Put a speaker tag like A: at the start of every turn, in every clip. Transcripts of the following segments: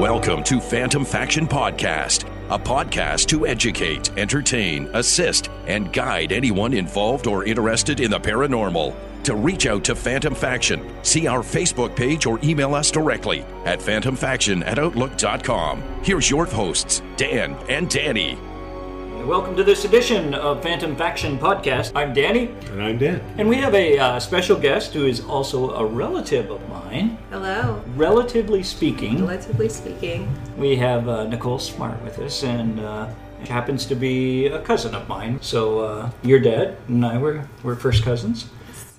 A: Welcome to Phantom Faction Podcast, a podcast to educate, entertain, assist, and guide anyone involved or interested in the paranormal. To reach out to Phantom Faction, see our Facebook page or email us directly at phantomfaction at outlook.com. Here's your hosts, Dan and Danny.
B: And Welcome to this edition of Phantom Faction Podcast. I'm Danny,
C: And I'm Dan.
B: and we have a uh, special guest who is also a relative of mine.
D: Hello.
B: Relatively speaking,
D: Relatively speaking.
B: we have uh, Nicole Smart with us, and uh, she happens to be a cousin of mine. So uh, your dad and I were, were first cousins,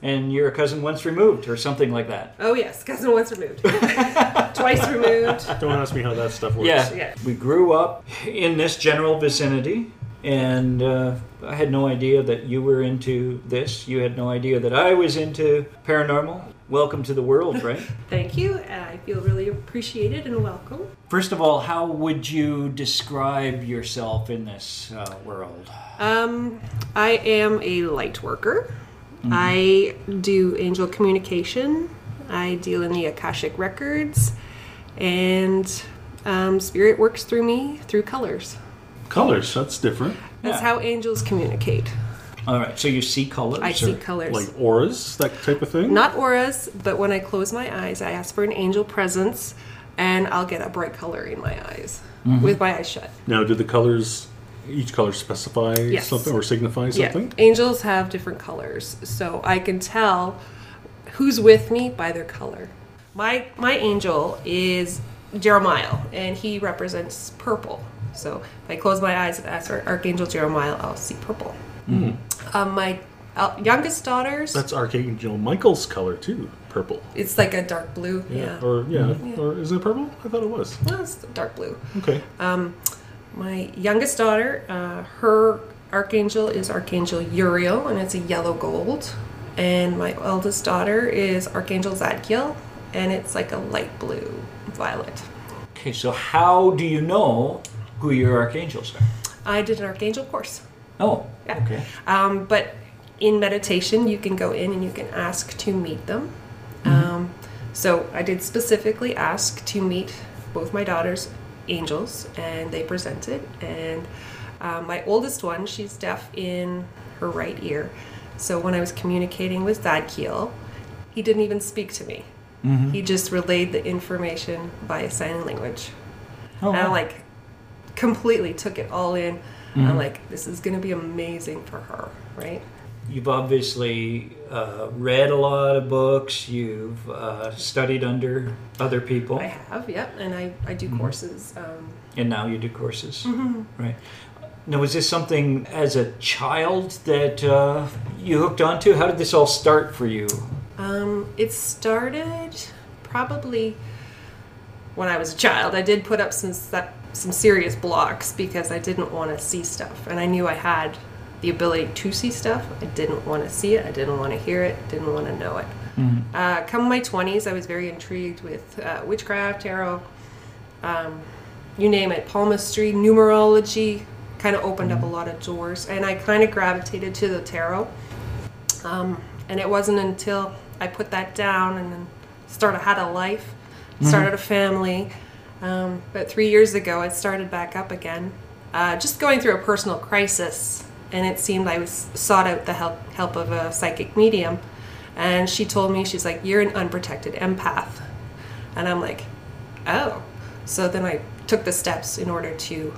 B: and you're a cousin once removed, or something like that.
D: Oh yes, cousin once removed. Twice removed.
C: Don't ask me how that stuff works.
B: Yeah.
D: Yeah.
B: We grew up in this general vicinity, and uh, I had no idea that you were into this. You had no idea that I was into paranormal. Welcome to the world, right?
D: Thank you. and I feel really appreciated and welcome.
B: First of all, how would you describe yourself in this uh, world?
D: Um, I am a light worker. I do angel communication. I deal in the Akashic records, and um, spirit works through me through colors.
C: Colors, that's different.
B: Yeah.
D: That's how angels communicate.
B: All right, so you see colors.
D: I see
B: or-
D: colors.
C: Like auras, that type of thing.
D: not auras, but when I close my eyes, I ask for an angel presence, and I'll get a bright color in my eyes
C: Mm-hmm.
D: with my eyes shut.
C: Now, do the colors, each color specify
D: Yes.
C: something or signify something?
D: Yeah, angels have different colors, so I can tell who's with me by their color. My my angel is Jeremiah, and he represents purple. So if I close my eyes and ask for Archangel Jeremiah, I'll see purple. Um, my uh, youngest daughters,
C: Mm-hmm. That's Archangel Michael's color too, purple.
D: it's like a dark blue. Yeah,
C: Or yeah, or is it purple? I thought it was.
D: No, it's dark blue.
C: Okay.
D: My youngest daughter, uh, her archangel is Archangel Uriel, and it's a yellow gold. And my eldest daughter is Archangel Zadkiel, and it's like a light blue violet.
B: Okay, so how do you know who your archangels are?
D: I did an archangel course.
B: Oh,
D: Yeah.
B: okay.
D: Um, but in meditation, you can go in and you can ask to meet them. Um, so I did specifically ask to meet both my daughters' angels, and they presented. And um, my oldest one, she's deaf in her right ear. So when I was communicating with Zadkiel, he didn't even speak to me. He just relayed the information by sign language
B: Oh,
D: and I
B: wow.
D: like completely took it all in.
B: Mm-hmm.
D: I'm like, this is gonna be amazing for her, right?
B: You've obviously uh, read a lot of books. You've uh, studied under other people.
D: I have, yep, and I, I
B: Mm-hmm.
D: do courses. Um,
B: and now you do courses right now was this something as a child that uh, you hooked onto how did this all start for you
D: um, it started probably when I was a child. I did put up some se- some serious blocks because I didn't want to see stuff, and I knew I had the ability to see stuff. I didn't want to see it. I didn't want to hear it. Didn't want to know it. Uh, come my twenties, I was very intrigued with uh, witchcraft, tarot, um, you name it, palmistry, numerology. Kind of opened up a lot of doors, and I kind of gravitated to the tarot. Um, and it wasn't until I put that down and then started had a life, started a family. Um, but three years ago, it started back up again, uh, just going through a personal crisis, and it seemed I was sought out the help help of a psychic medium, and she told me she's like, "You're an unprotected empath," and I'm like, "Oh," so then I took the steps in order to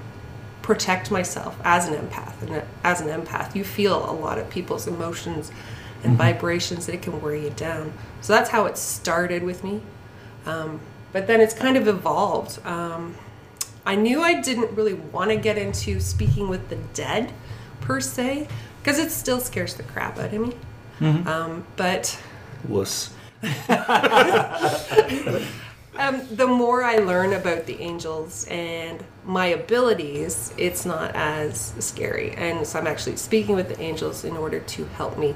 D: protect myself as an empath and as an empath you feel a lot of people's emotions and vibrations that it can wear you down so that's how it started with me um, but then it's kind of evolved um, i knew i didn't really want to get into speaking with the dead per se because it still scares the crap out of me um, but
C: Wuss.
D: um, the more I learn about the angels and my abilities, it's not as scary. And so I'm actually speaking with the angels in order to help me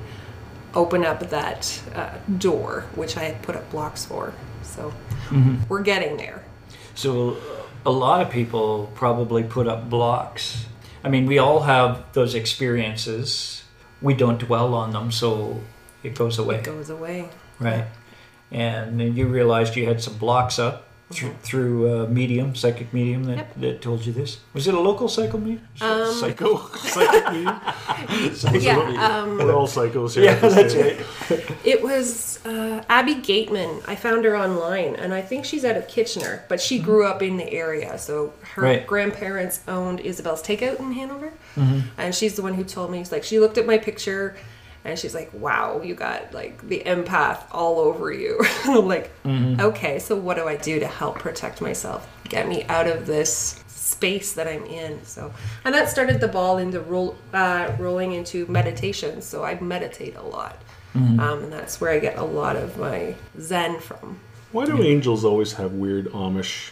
D: open up that uh, door, which I had put up blocks for. So we're getting there.
B: so a lot of people probably put up blocks i mean we all have those experiences we don't dwell on them so it goes away
D: It goes away.
B: right and then you realized you had some blocks up through, through uh, medium, psychic medium that,
D: Yep.
B: that told you this. Was it a local psycho medium?
D: Um,
B: psycho.
C: Go psychic medium.
D: Yeah,
C: We're all psychos here.
B: Yeah,
C: at this
B: that's
C: table.
B: right.
D: It was uh, Abby Gateman. I found her online, and I think she's out of Kitchener, but she grew up in the area. So her
B: Right.
D: grandparents owned Isabel's Takeout in Hanover, and she's the one who told me. She's like, she looked at my picture, and she's like, "Wow, you got like the empath all over you." and I'm like, "Okay, so what do I do to help protect myself? Get me out of this." space that i'm in so and that started the ball into roll, uh, rolling into meditation so i meditate a lot um, and that's where I get a lot of my Zen from.
C: Why do angels always have weird Amish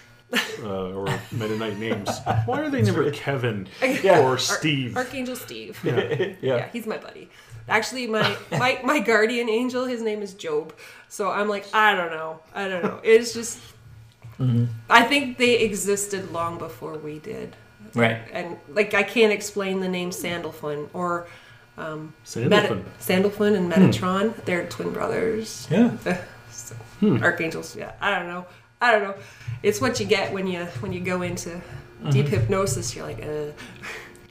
C: uh, or Mennonite names? Why are they never Kevin
B: Yeah.
C: or Steve?
D: Archangel Steve.
B: Yeah.
D: Yeah, he's my buddy. Actually, my, my my guardian angel, his name is Job. So I'm like, I don't know, I don't know. It's just,
B: Mm-hmm.
D: I think they existed long before we did,
B: Right.
D: and like I can't explain the name Sandalfun or
C: Sandalphon.
D: Meta- Sandalfun and Metatron. They're twin brothers.
B: Hmm. Yeah. Hmm.
D: So, Archangels. Yeah, I don't know. I don't know. It's what you get when you when you go into deep hypnosis. You're like, uh, just
B: Mm-hmm.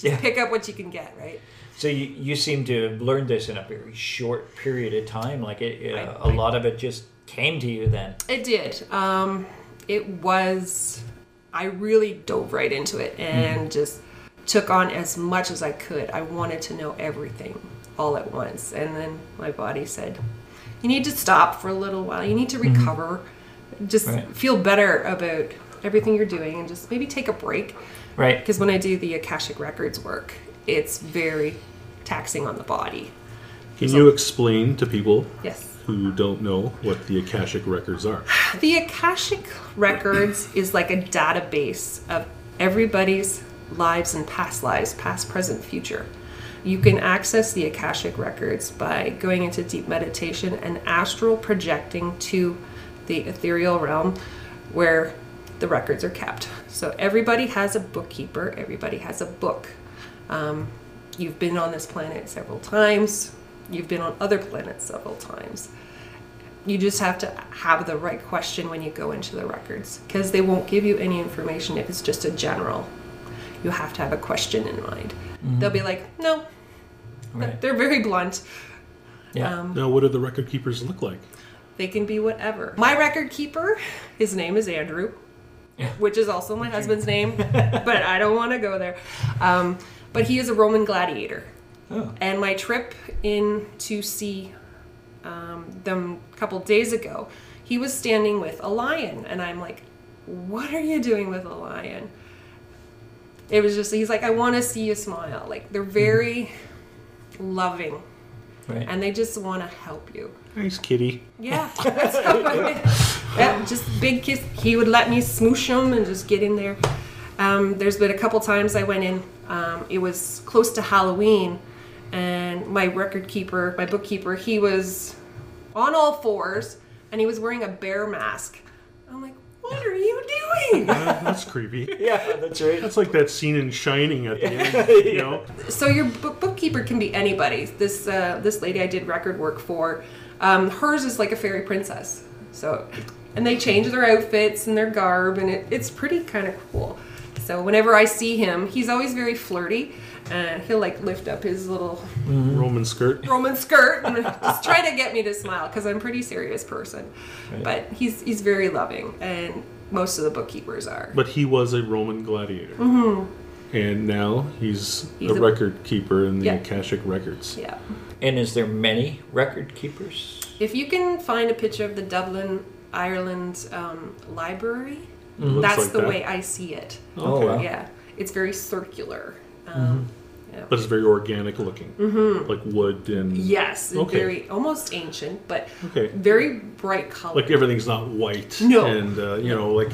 B: Yeah.
D: pick up what you can get, right?
B: So you, you seem to have learned this in a very short period of time. Like it, uh,
D: I-
B: a lot of it just came to you then.
D: It did. Um, it was. I really dove right into it and just took on as much as I could. I wanted to know everything all at once, and then my body said, "You need to stop for a little while. You need to recover. Just
B: Right.
D: feel better about everything you're doing, and just maybe take a break."
B: Right.
D: because when I do the Akashic Records work, it's very taxing on the body.
C: Can you explain to people
D: Yes.
C: who don't know what the Akashic records are?
D: The Akashic Records is like a database of everybody's lives and past lives, past, present, future. You can access the Akashic Records by going into deep meditation and astral projecting to the ethereal realm where the records are kept. So everybody has a bookkeeper, everybody has a book. Um, you've been on this planet several times, you've been on other planets several times. You just have to have the right question when you go into the records because they won't give you any information if it's just a general. You have to have a question in mind. They'll be like, no,
B: Right.
D: they're very blunt.
B: Yeah.
D: Um,
C: Now, what do the record keepers look like?
D: They can be whatever. My record keeper, his name is Andrew, which is also my husband's name, but I don't want to go there. Um, but he is a Roman gladiator.
B: Oh.
D: And my trip in to see um, them a couple days ago, he was standing with a lion. And I'm like, what are you doing with a lion? It was just, he's like, I want to see you smile. Like, they're very loving
B: Right.
D: and they just want to help you.
C: Nice kitty.
D: Yeah. that's how I- yeah, just big kiss. He would let me smoosh him and just get in there. Um, there's been a couple times I went in. Um, it was close to Halloween, and my record keeper, my bookkeeper, he was on all fours and he was wearing a bear mask. I'm like, what are you doing?
C: Uh, that's creepy.
B: yeah, that's right.
C: That's like that scene in Shining at the end. You know,
D: so your book- bookkeeper can be anybody. This uh, this lady I did record work for, um, hers is like a fairy princess. So, and they change their outfits and their garb, and it, it's pretty kind of cool. So whenever I see him, he's always very flirty, and he'll like lift up his little
C: Roman skirt.
D: Roman skirt and just try to get me to smile because I'm a pretty serious person. But he's he's very loving, and most of the bookkeepers are.
C: But he was a Roman gladiator. And now he's,
D: Mm-hmm. He's
C: a
D: a-
C: record keeper in the
D: Yeah.
C: Akashic records.
D: yeah.
B: And is there many record keepers?
D: If you can find a picture of the Dublin, Ireland um, library,
C: Looks
D: that's
C: like
D: the
C: that.
D: way I see it.
B: Oh,
C: Okay.
B: wow.
D: Yeah, it's very circular. Um, yeah.
C: But it's very organic looking,
D: Mm-hmm.
C: like wood and
D: yes, it's
C: Okay.
D: very almost ancient, but
C: Okay.
D: very bright color.
C: like everything's not white.
D: No.
C: and uh, you know, like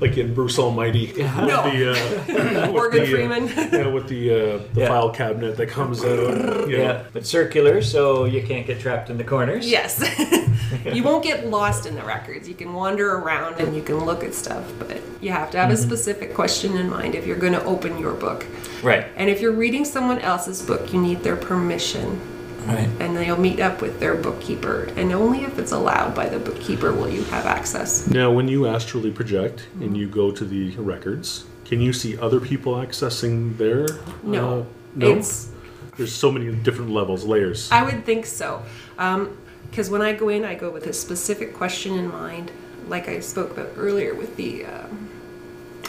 C: like in Bruce Almighty with
D: No.
C: the uh, with
D: Morgan
C: the, uh,
D: Freeman.
C: yeah, with the uh, the
B: Yeah.
C: file cabinet that comes out. You
B: Yeah,
C: know.
B: but circular, so you can't get trapped in the corners.
D: yes, you won't get lost in the records. You can wander around and you can look at stuff, but you have to have
C: Mm-hmm.
D: a specific question in mind if you're going to open your book.
B: Right.
D: And if you're reading someone else's book, you need their permission
B: Right.
D: and they'll meet up with their bookkeeper. And only if it's allowed by the bookkeeper will you have access.
C: Now, when you astrally project and you go to the records, can you see other people accessing their?
D: No.
C: uh, no.
D: It's
C: There's so many different levels, layers.
D: I would think so. Because when I go in, I go with a specific question in mind, like I spoke about earlier with the um,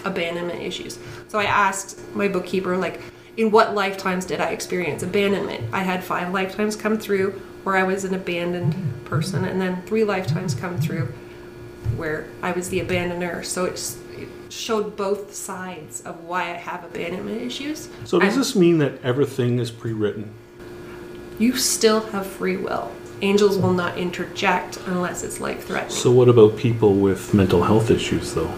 D: abandonment issues. So I asked my bookkeeper, like, in what lifetimes did I experience abandonment? I had five lifetimes come through where I was an abandoned person, and then three lifetimes come through where I was the abandoner. So it's, it showed both sides of why I have abandonment issues.
C: so does
D: And-
C: this mean that everything is pre-written?
D: you still have free will. Angels will not interject unless it's life threatening.
C: So what about people with mental health issues, though?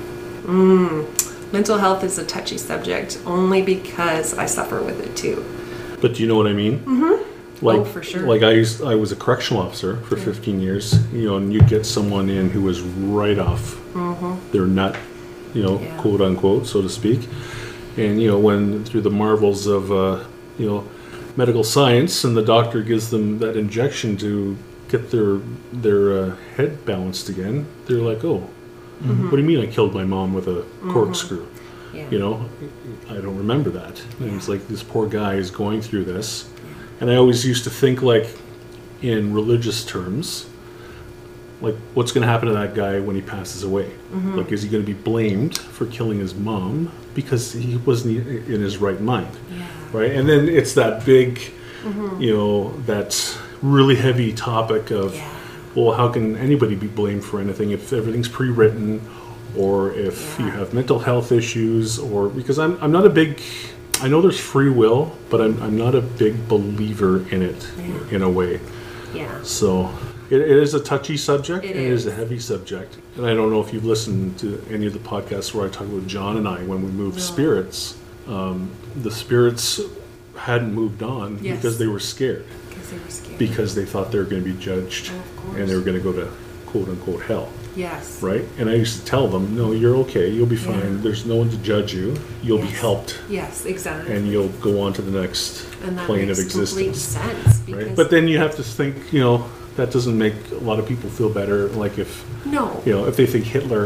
D: Mental health is a touchy subject only because I suffer with it too.
C: But do you know what I mean? Mm-hmm. Like,
D: Oh, for sure.
C: Like I used, I was a correctional officer for 15 years. You know, and you'd get someone in who was right off their nut, you know,
D: Mm-hmm. Yeah.
C: quote unquote, so to speak. And you know, when through the marvels of uh, you know medical science, and the doctor gives them that injection to get their their uh, head balanced again, they're like, oh, what do you mean I killed my mom with a corkscrew?
D: Yeah.
C: you know i don't remember that and it's like this poor guy is going through this and i always used to think like in religious terms like what's going to happen to that guy when he passes away like is he going to be blamed for killing his mom because he wasn't i- in his right mind right and then it's that big you know that really heavy topic of
D: Yeah.
C: well how can anybody be blamed for anything if everything's pre-written or if you
D: Yeah.
C: have mental health issues or because i'm, I'm not a big i know there's free will but i'm, I'm not a big believer in it in a way
D: Yeah.
C: so it, it is a touchy subject.
D: It
C: and it is a
D: is.
C: heavy subject. And I don't know if you've listened to any of the podcasts where I talk about John and I when we moved spirits. Um, the spirits hadn't moved on
D: Yes.
C: because they were scared,
D: Because they were scared.
C: because they thought they were going to be judged
D: Oh, of course.
C: and they were going to go to quote unquote hell.
D: yes.
C: Right? And I used to tell them, no, you're okay. You'll be
D: Yeah.
C: fine. There's no one to judge you. You'll be
D: Yes.
C: helped
D: Yes, exactly.
C: and you'll go on to the next
D: And that
C: plane
D: makes
C: of
D: complete
C: existence.
D: sense. Because
C: Right? But then you have to think, you know, that doesn't make a lot of people feel better. Like if,
D: no.
C: you know, if they think Hitler,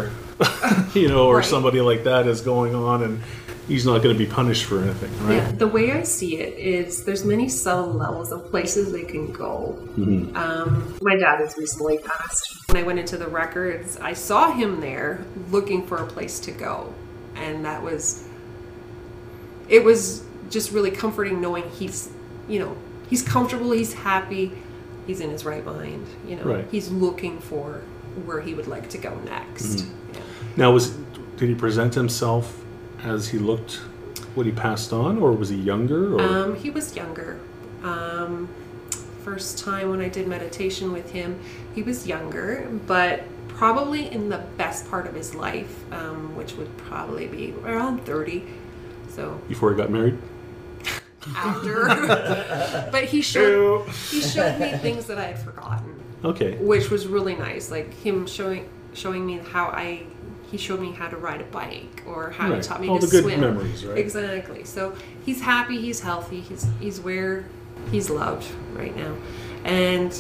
C: you know, or
D: Right.
C: somebody like that is going on and he's not going to be punished for anything, right?
D: Yeah, the way I see it is there's many subtle levels of places they can go.
C: Mm-hmm.
D: Um, my dad has recently passed. When I went into the records, I saw him there looking for a place to go, and that was it was just really comforting knowing he's you know he's comfortable, he's happy, he's in his right mind. You know,
C: Right.
D: he's looking for where he would like to go next.
C: Mm-hmm.
D: Yeah.
C: Now, was did he present himself as he looked when he passed on, or was he younger? Or
D: Um, he was younger. Um, first time when I did meditation with him, he was younger, but probably in the best part of his life, um, which would probably be around 30. So
C: before he got married?
D: after. but he showed, he showed me things that I had forgotten
C: Okay.
D: which was really nice like him showing showing me how i he showed me how to ride a bike or how
C: Right.
D: he taught me
C: All
D: to
C: the good
D: swim
C: memories, right?
D: exactly so he's happy he's healthy he's he's where he's loved right now and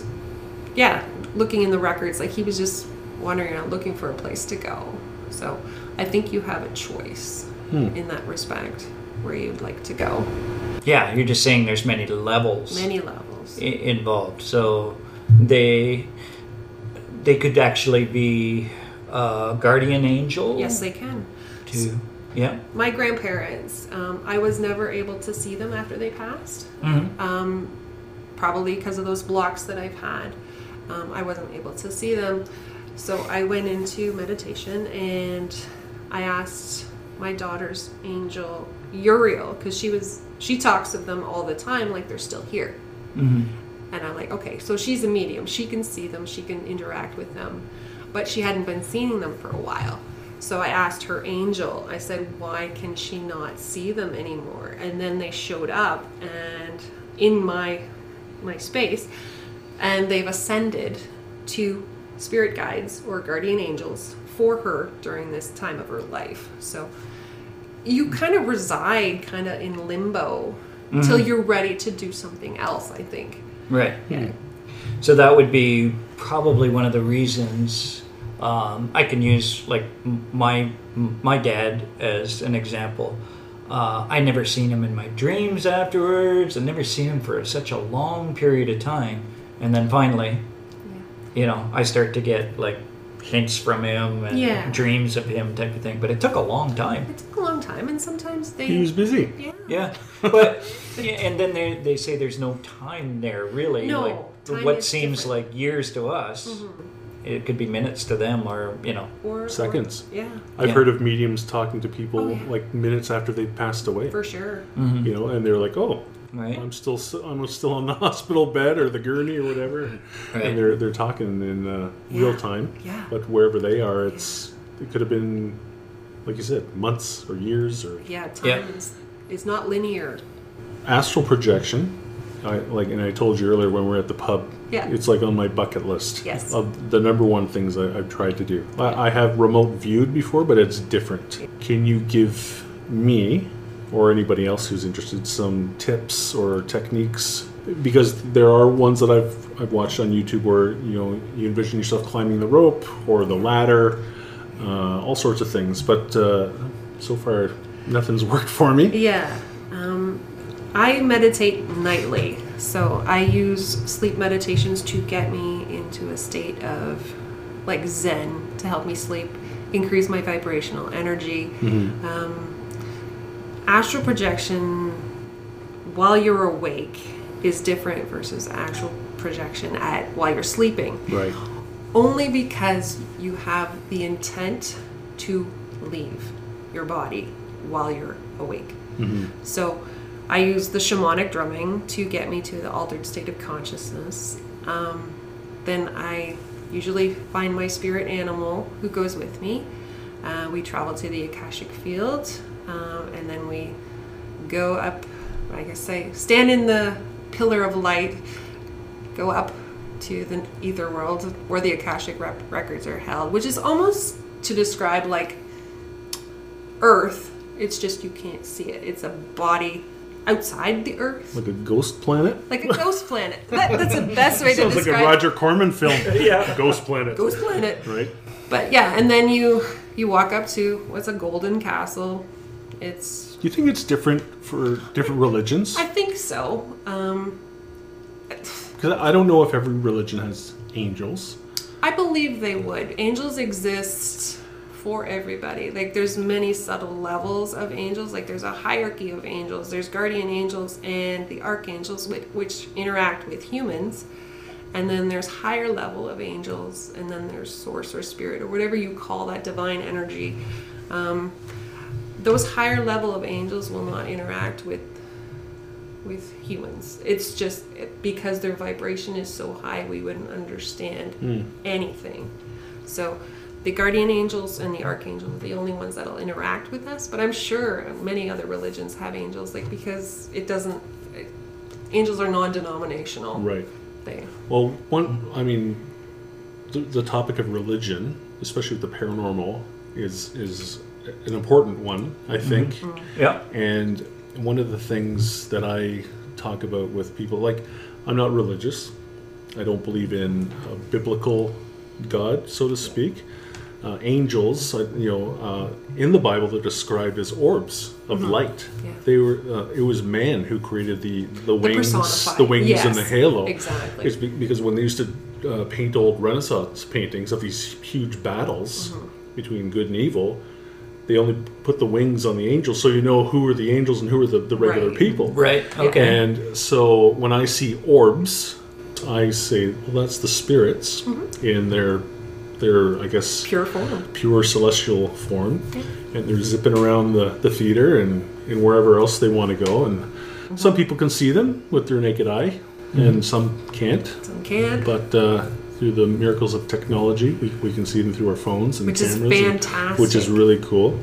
D: yeah looking in the records like he was just wandering around looking for a place to go so i think you have a choice
C: Hmm.
D: in that respect where you'd like to go
B: Yeah, you're just saying there's many levels
D: many levels
B: i- involved. So they they could actually be uh, guardian angel.
D: yes they can
B: to yeah.
D: my grandparents um, i was never able to see them after they passed um, probably because of those blocks that i've had um, i wasn't able to see them so i went into meditation and i asked my daughter's angel uriel because she was she talks of them all the time like they're still here and I'm like, okay, so she's a medium. She can see them, she can interact with them. But she hadn't been seeing them for a while. So I asked her angel, I said, why can she not see them anymore? And then they showed up and in my my space and they've ascended to spirit guides or guardian angels for her during this time of her life. So you kind of reside kind of in limbo until you're ready to do something else i think
B: Right.
E: Yeah.
B: So that would be probably one of the reasons um, I can use like m- my m- my dad as an example. Uh, I never seen him in my dreams afterwards. I never seen him for such a long period of time, and then finally, you know, I start to get like hints from him and
D: Yeah.
B: dreams of him type of thing. But it took a long time.
D: It took a long time, and sometimes they.
C: He was busy.
D: yeah.
B: Yeah, but yeah, and then they they say there's no time there really.
D: No,
B: like,
D: time
B: what
D: is
B: seems
D: different. Mm-hmm.
B: like years to us, it could be minutes to them, or you know,
D: Or, or-
C: Seconds.
D: yeah,
C: I've
B: Yeah.
C: heard of mediums talking to people
D: Oh, yeah.
C: like minutes after they've passed away.
D: for sure.
C: You know, and they're like, "Oh,
B: right?
C: I'm still s- I'm still on the hospital bed or the gurney or whatever," and,
B: Right.
C: and they're they're talking in uh, real time.
D: Yeah.
C: But wherever they are, it's it could have been, like you said, months or years or
D: Yeah, time
B: Yeah.
D: Is, is not linear.
C: astral projection. I like, and I told you earlier when we were at the pub.
D: Yeah.
C: It's like on my bucket list.
D: Yes.
C: Of the number one things I, I've tried to do. I, I have remote viewed before, but it's different. Can you give me or anybody else who's interested some tips or techniques? Because there are ones that I've I've watched on YouTube where you know you envision yourself climbing the rope or the ladder, uh, all sorts of things. But uh, so far, nothing's worked for me.
D: Yeah. Um, I meditate nightly, so I use sleep meditations to get me into a state of like Zen to help me sleep, increase my vibrational energy.
C: Mm-hmm.
D: Um, astral projection while you're awake is different versus actual projection at while you're sleeping.
C: Right.
D: only because you have the intent to leave your body while you're awake. So I use the shamanic drumming to get me to the altered state of consciousness. Um, then I usually find my spirit animal who goes with me. Uh, we travel to the Akashic field um, and then we go up, I guess I stand in the pillar of light go up to the ether world where the akashic rep- records are held which is almost to describe like earth it's just you can't see it it's a body outside the earth
C: Like a ghost planet?
D: like a ghost planet that, that's the best way to
C: Sounds like a
D: describe
C: Roger Corman film. yeah. Ghost planet.
D: ghost planet
C: Right?
D: but yeah and then you you walk up to what's a golden castle it's
C: Do you think it's different for different religions?
D: i think so um
C: Because I don't know if every religion has angels.
D: I believe they would. Angels exist for everybody. Like there's many subtle levels of angels. Like there's a hierarchy of angels. There's guardian angels and the archangels which, which interact with humans. And then there's higher level of angels and then there's source or spirit or whatever you call that divine energy. Um, those higher level of angels will not interact with with humans. It's just because their vibration is so high, we wouldn't understand anything. So, the guardian angels and the archangels are the only ones that'll interact with us. But I'm sure many other religions have angels, like because it doesn't. It, angels are non-denominational.
C: Right.
D: They,
C: Well, one, I mean, the, the topic of religion, especially with the paranormal, is is an important one, I think.
B: Yeah,
C: And one of the things that I talk about with people, like, I'm not religious. I don't believe in a biblical God, so to speak. Uh, angels, uh, you know, uh, in the Bible, they're described as orbs of light.
D: Mm-hmm. Yeah.
C: They were. Uh, it was man who created the the wings, the,
D: personified.
C: wings and the
D: Yes,
C: halo.
D: exactly.
C: It's be- because when they used to uh, paint old Renaissance paintings of these huge battles
D: Mm-hmm.
C: between good and evil, they only put the wings on the angels so you know who are the angels and who are the, the regular
D: Right.
C: people
B: right. Okay,
C: and so when i see orbs i say well that's the spirits in their their i guess
D: Mm-hmm. pure form.
C: pure celestial form and they're zipping around the, the theater and, and wherever else they want to go and
D: Mm-hmm.
C: some people can see them with their naked eye and some can't
D: Some can,
C: but uh, through the miracles of technology we, we can see them through our phones and
D: Which is
C: cameras and- which is
D: fantastic.
C: really cool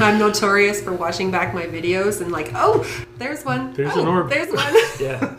D: I'm notorious for watching back my videos and like, oh, there's one.
C: There's
D: Oh,
C: an orb."
D: There's one.
B: yeah,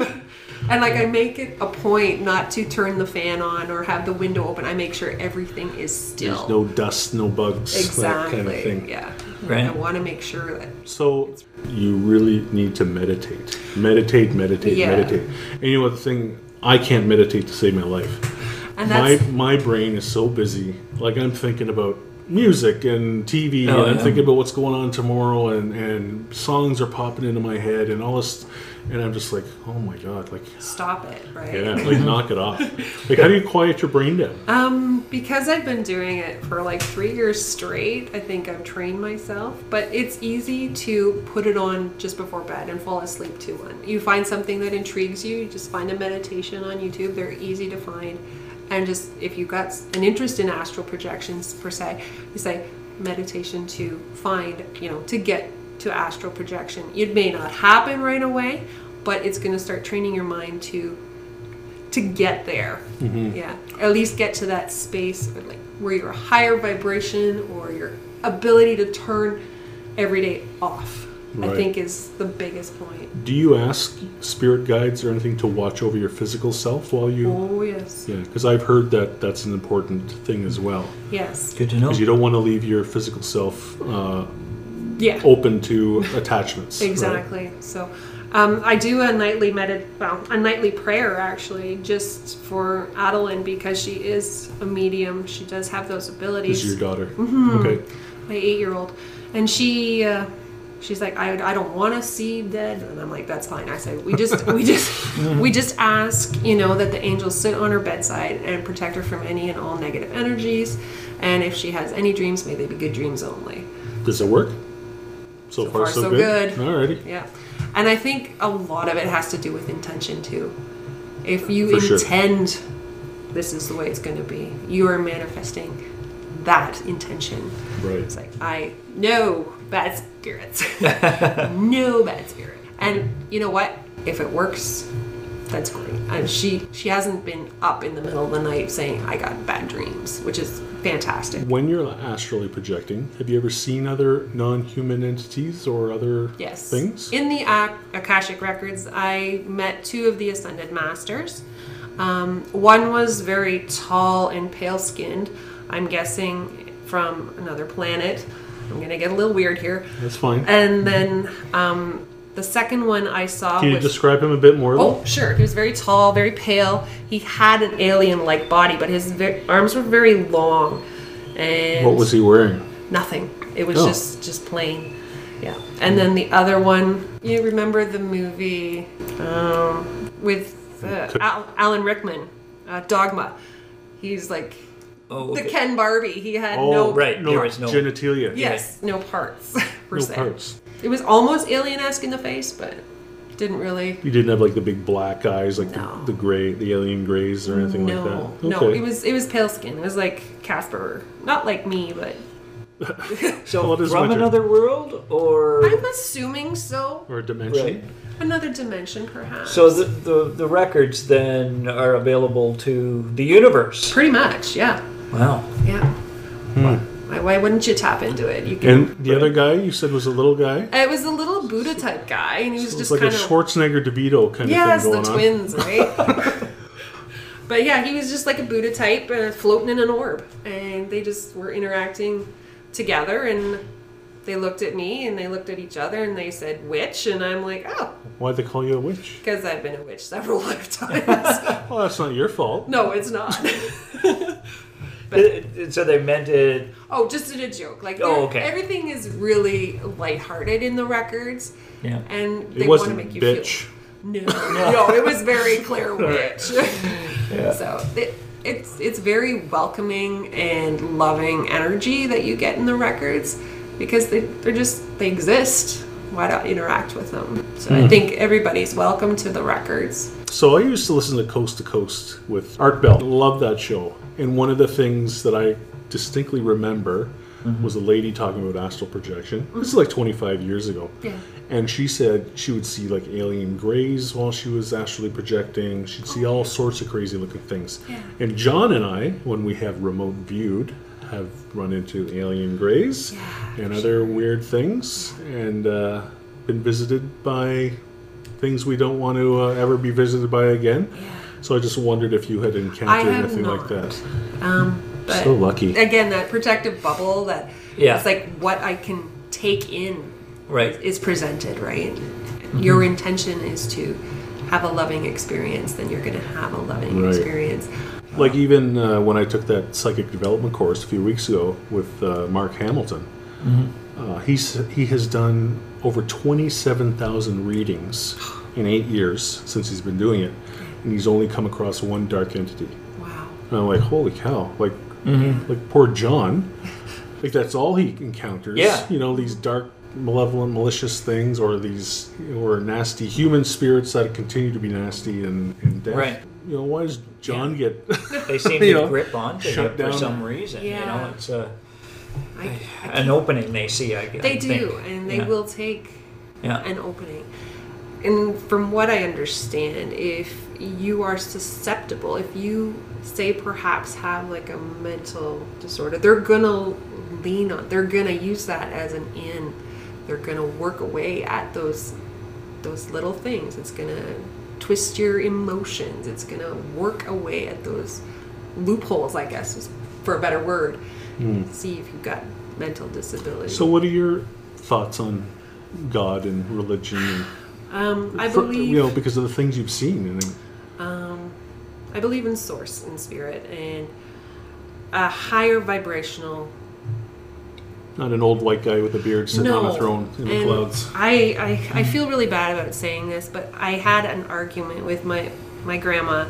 D: And like I make it a point not to turn the fan on or have the window open. I make sure everything is still.
C: There's no dust, no bugs,
D: exactly.
C: that kind of thing.
D: Yeah.
B: Right.
D: I want to make sure that
C: So you really need to meditate, meditate, meditate,
D: Yeah.
C: meditate. And you know what the thing I can't meditate to save my life.
D: And
C: My
D: that's
C: my brain is so busy. Like I'm thinking about music and TV,
B: Oh,
C: and I'm
B: yeah.
C: thinking about what's going on tomorrow, and and songs are popping into my head, and all this, and I'm just like, oh my god, like
D: stop it, right?
C: yeah, like knock it off. Like how do you quiet your brain down?
D: Um, because I've been doing it for like three years straight, I think I've trained myself. But it's easy to put it on just before bed and fall asleep to one. You find something that intrigues you, you just find a meditation on YouTube. They're easy to find. And just if you've got an interest in astral projections per se, you say meditation to find, you know, to get to astral projection. It may not happen right away, but it's going to start training your mind to to get there.
C: Mm-hmm.
D: Yeah, at least get to that space or like where your higher vibration or your ability to turn every day off. I
C: Right.
D: think is the biggest point.
C: Do you ask spirit guides or anything to watch over your physical self while you?
D: Oh yes,
C: Yeah, because I've heard that that's an important thing as well.
D: yes,
B: Good to know.
C: Because you don't want to leave your physical self uh,
D: yeah,
C: open to attachments. right?
D: exactly. So. Um, I do a nightly medit, well, a nightly prayer actually, just for Adeline because she is a medium. She does have those abilities.
C: This is your daughter.
D: Mm-hmm.
C: Okay.
D: my eight-year-old, and she, uh, she's like, I, I don't want to see dead, and I'm like, that's fine. I said, we just, we just, we just ask, you know, that the angels sit on her bedside and protect her from any and all negative energies, and if she has any dreams, may they be good dreams only.
C: Does it work? So,
D: far, so good.
C: Alrighty.
D: Yeah, and I think a lot of it has to do with intention too. If
C: For
D: you
C: sure.
D: intend, this is the way it's going to be. You are manifesting that intention. It's
C: Right.
D: like I no bad spirits, no bad spirit. And you know what? If it works, that's great. And she she hasn't been up in the middle of the night saying I got bad dreams, which is fantastic.
C: When you're astrally projecting, have you ever seen other non-human entities or other
D: Yes.
C: things?
D: In the Ak- Akashic records, I met two of the ascended masters. Um, one was very tall and pale skinned. I'm guessing from another planet. I'm gonna get a little weird here.
C: That's fine.
D: And then um, the second one I saw
C: Can you
D: was.
C: describe him a bit more?
D: Oh, sure. He was very tall, very pale. He had an alien like body, but his ve- arms were very long. And
C: What was he wearing?
D: Nothing. It was
C: Oh.
D: just just plain. Yeah. And then the other one, you remember the movie um, with uh, Al- Alan Rickman, uh, Dogma. He's like
B: oh,
D: the
B: okay.
D: Ken Barbie. He had
C: Oh,
D: no
B: right,
C: No,
B: there is no-
C: genitalia.
D: Yes, no parts. per
C: No
D: se.
C: parts.
D: It was almost alien-esque in the face, but didn't really.
C: You didn't have like the big black eyes, like
D: No.
C: the, the gray, the alien grays, or anything
D: No,
C: like that.
D: no, it was it was pale skin. It was like Casper, not like me, but
B: So
C: What is
B: from
C: winter?
B: another world, or
D: I'm assuming so.
C: or a dimension.
B: Right.
D: Another dimension, perhaps.
B: so the, the the records then are available to the universe.
D: pretty much, yeah,
B: Wow.
D: yeah. Why, why wouldn't you tap into it? You can.
C: Hmm. And the other guy you said was a little guy.
D: it was a little Buddha type guy, and he was
C: It's
D: just
C: like a
D: kind of
C: Schwarzenegger DeVito kind
D: yes,
C: of thing
D: the
C: going on.
D: twins, right? but yeah, he was just like a Buddha type, uh, floating in an orb, and they just were interacting together, and they looked at me, and they looked at each other, and they said witch, and I'm like, oh.
C: Why'd they call you a witch?
D: Because I've been a witch several lifetimes.
C: Well, that's not your fault.
D: no, it's not.
B: It- it- so they meant it.
D: oh, just in a joke. Like,
B: Oh,
D: they're-
B: okay.
D: everything is really lighthearted in the records,
B: Yeah.
D: and
C: It
D: they want to
C: wasn't
D: make you
C: bitch.
D: feel. No, no, it was very clear witch. So it, it's it's very welcoming and loving energy that you get in the records because they they're just they exist. Why not interact with them? So
B: Hmm.
D: I think everybody's welcome to the records.
C: So I used to listen to Coast to Coast with Art Bell. Love that show. And one of the things that I distinctly remember
D: Mm-hmm.
C: was a lady talking about astral projection. This is like 25 years ago.
D: Yeah.
C: And she said she would see like alien grays while she was astrally projecting. She'd see all sorts of crazy looking things.
D: Yeah.
C: And John and I, when we have remote viewed, have run into alien grays and other weird things and uh, been visited by things we don't want to uh, ever be visited by again. So I just wondered if you had encountered
D: I have
C: anything like
D: not.
C: that.
D: Um, but
C: So lucky.
D: again, that protective bubble that
B: Yeah.
D: it's like what I can take in
B: Right.
C: Mm-hmm.
D: is presented, right? Your intention is to have a loving experience, then you're going to have a loving
C: Right.
D: experience.
C: Like even uh, when I took that psychic development course a few weeks ago with uh, Mark Hamilton, uh, he's he has done over twenty seven thousand readings in eight years since he's been doing it, and he's only come across one dark entity.
D: Wow.
C: And I'm like, holy cow! Like,
D: Mm-hmm.
C: like poor John, like that's all he encounters.
B: Yeah.
C: you know these dark, malevolent, malicious things, or these or nasty human spirits that continue to be nasty and, and death.
B: Right.
C: You know why does John get?
B: They seem
C: You
B: to
C: know,
B: grip onto
C: shut
B: it for
C: down.
B: some reason. You
D: Yeah.
B: know, it's uh, a,
D: I,
B: an opening they see. I, I
D: they
B: think.
D: do, and they
B: Yeah.
D: will take
B: Yeah.
D: an opening. And from what I understand, if you are susceptible, if you say perhaps have like a mental disorder, they're gonna lean on, they're gonna use that as an in. They're gonna work away at those those little things. It's gonna twist your emotions. It's gonna work away at those loopholes, I guess, is for a better word. See if you've got mental disability.
C: Hmm. so, what are your thoughts on God and religion? And,
D: um, I
C: for-
D: believe
C: you know because of the things you've seen and
D: I believe in source and spirit and a higher vibrational.
C: not an old white guy with a beard sitting
D: no,
C: on a throne in the
D: and
C: clouds.
D: I, I I feel really bad about saying this, but I had an argument with my my grandma,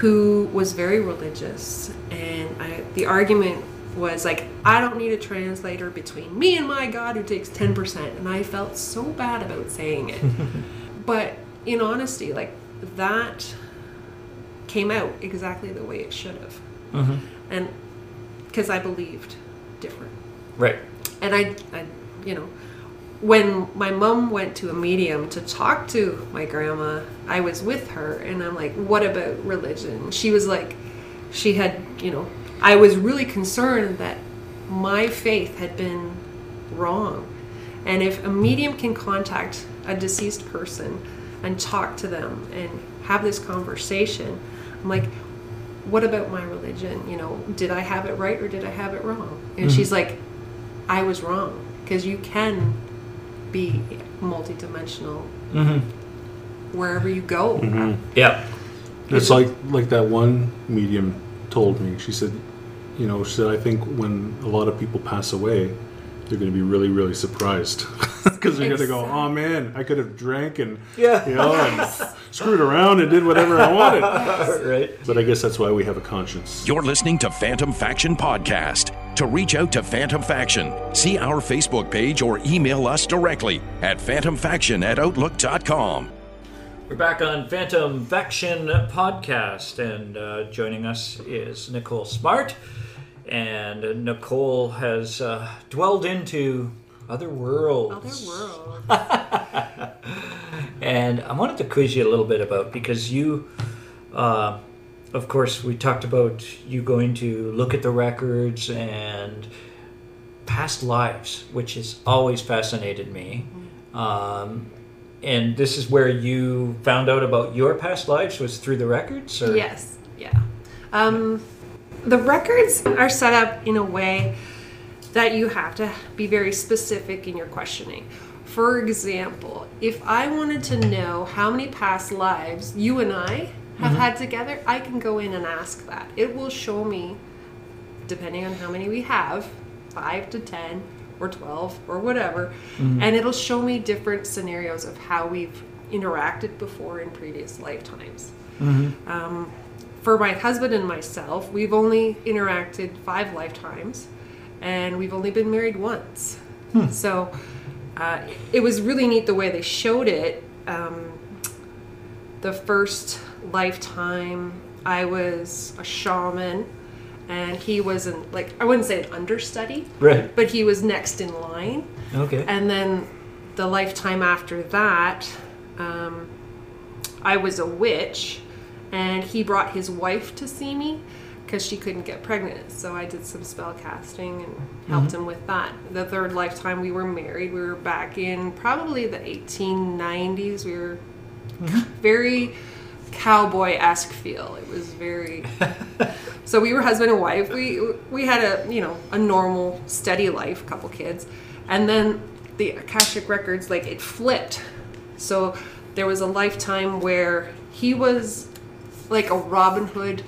D: who was very religious, and I, the argument was like, I don't need a translator between me and my God who takes ten percent, and I felt so bad about saying it. but in honesty, like that came out exactly the way it should have.
C: Mm-hmm.
D: And because I believed different.
B: Right.
D: And I, I, you know, when my mom went to a medium to talk to my grandma, I was with her and I'm like, what about religion? She was like, she had, you know, I was really concerned that my faith had been wrong. And if a medium can contact a deceased person and talk to them and have this conversation, I'm like, what about my religion? You know, did I have it right or did I have it wrong? And she's like, I was wrong because you can be multidimensional wherever you go.
B: Yeah.
C: It's like like that one medium told me. She said, you know, she said I think when a lot of people pass away, they're going to be really really surprised because they're going to go, oh man, I could have drank and
B: Yeah.
C: you know and screwed around and did whatever I wanted.
B: right.
C: But I guess that's why we have a conscience.
A: You're listening to Phantom Faction Podcast. To reach out to Phantom Faction, see our Facebook page or email us directly at phantomfaction at outlook.com.
B: We're back on Phantom Faction podcast, and uh, joining us is Nicole Smart. And Nicole has uh, dwelled into other worlds.
D: Other world.
B: And I wanted to quiz you a little bit about because you, uh, of course, we talked about you going to look at the records and past lives, which has always fascinated me. Um, and this is where you found out about your past lives was through the records? Or?
D: Yes, yeah. Um, the records are set up in a way that you have to be very specific in your questioning. For example, if I wanted to know how many past lives you and I have had together, I can go in and ask that. It will show me, depending on how many we have, five to 10 or 12 or whatever, and it'll show me different scenarios of how we've interacted before in previous lifetimes for my husband and myself, we've only interacted five lifetimes, and we've only been married once. So uh, it was really neat the way they showed it. Um, the first lifetime, I was a shaman, and he was an like I wouldn't say an understudy,
B: Right.
D: but he was next in line.
B: Okay.
D: And then the lifetime after that, um, I was a witch, and he brought his wife to see me because she couldn't get pregnant. So I did some spell casting and helped him with that. The third lifetime we were married, we were back in probably the 1890s. We were very cowboy esque feel. It was very. so we were husband and wife. We we had a you know a normal steady life, couple kids, and then the Akashic records like it flipped. So there was a lifetime where he was like a Robin Hood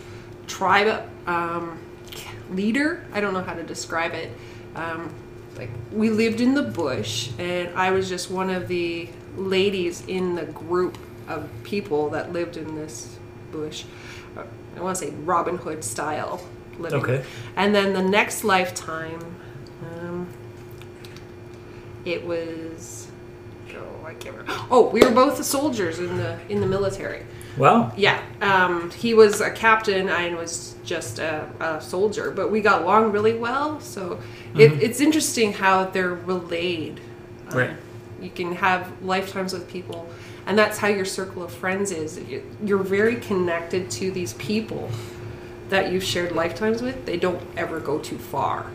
D: tribe um, leader. I don't know how to describe it. Um, like we lived in the bush, and I was just one of the ladies in the group of people that lived in this bush. I want to say Robin Hood style living.
B: Okay.
D: And then the next lifetime, um, it was. Oh, I can't remember. Oh, we were both soldiers in the in the military.
B: Wow.
D: Yeah, um, he was a captain. I was just a, a soldier, but we got along really well. So it, it's interesting how they're relayed. Um,
B: Mm-hmm. Right.
D: You can have lifetimes with people, and that's how your circle of friends is. You- You're very connected to these people that you've shared lifetimes with. They don't ever go too far.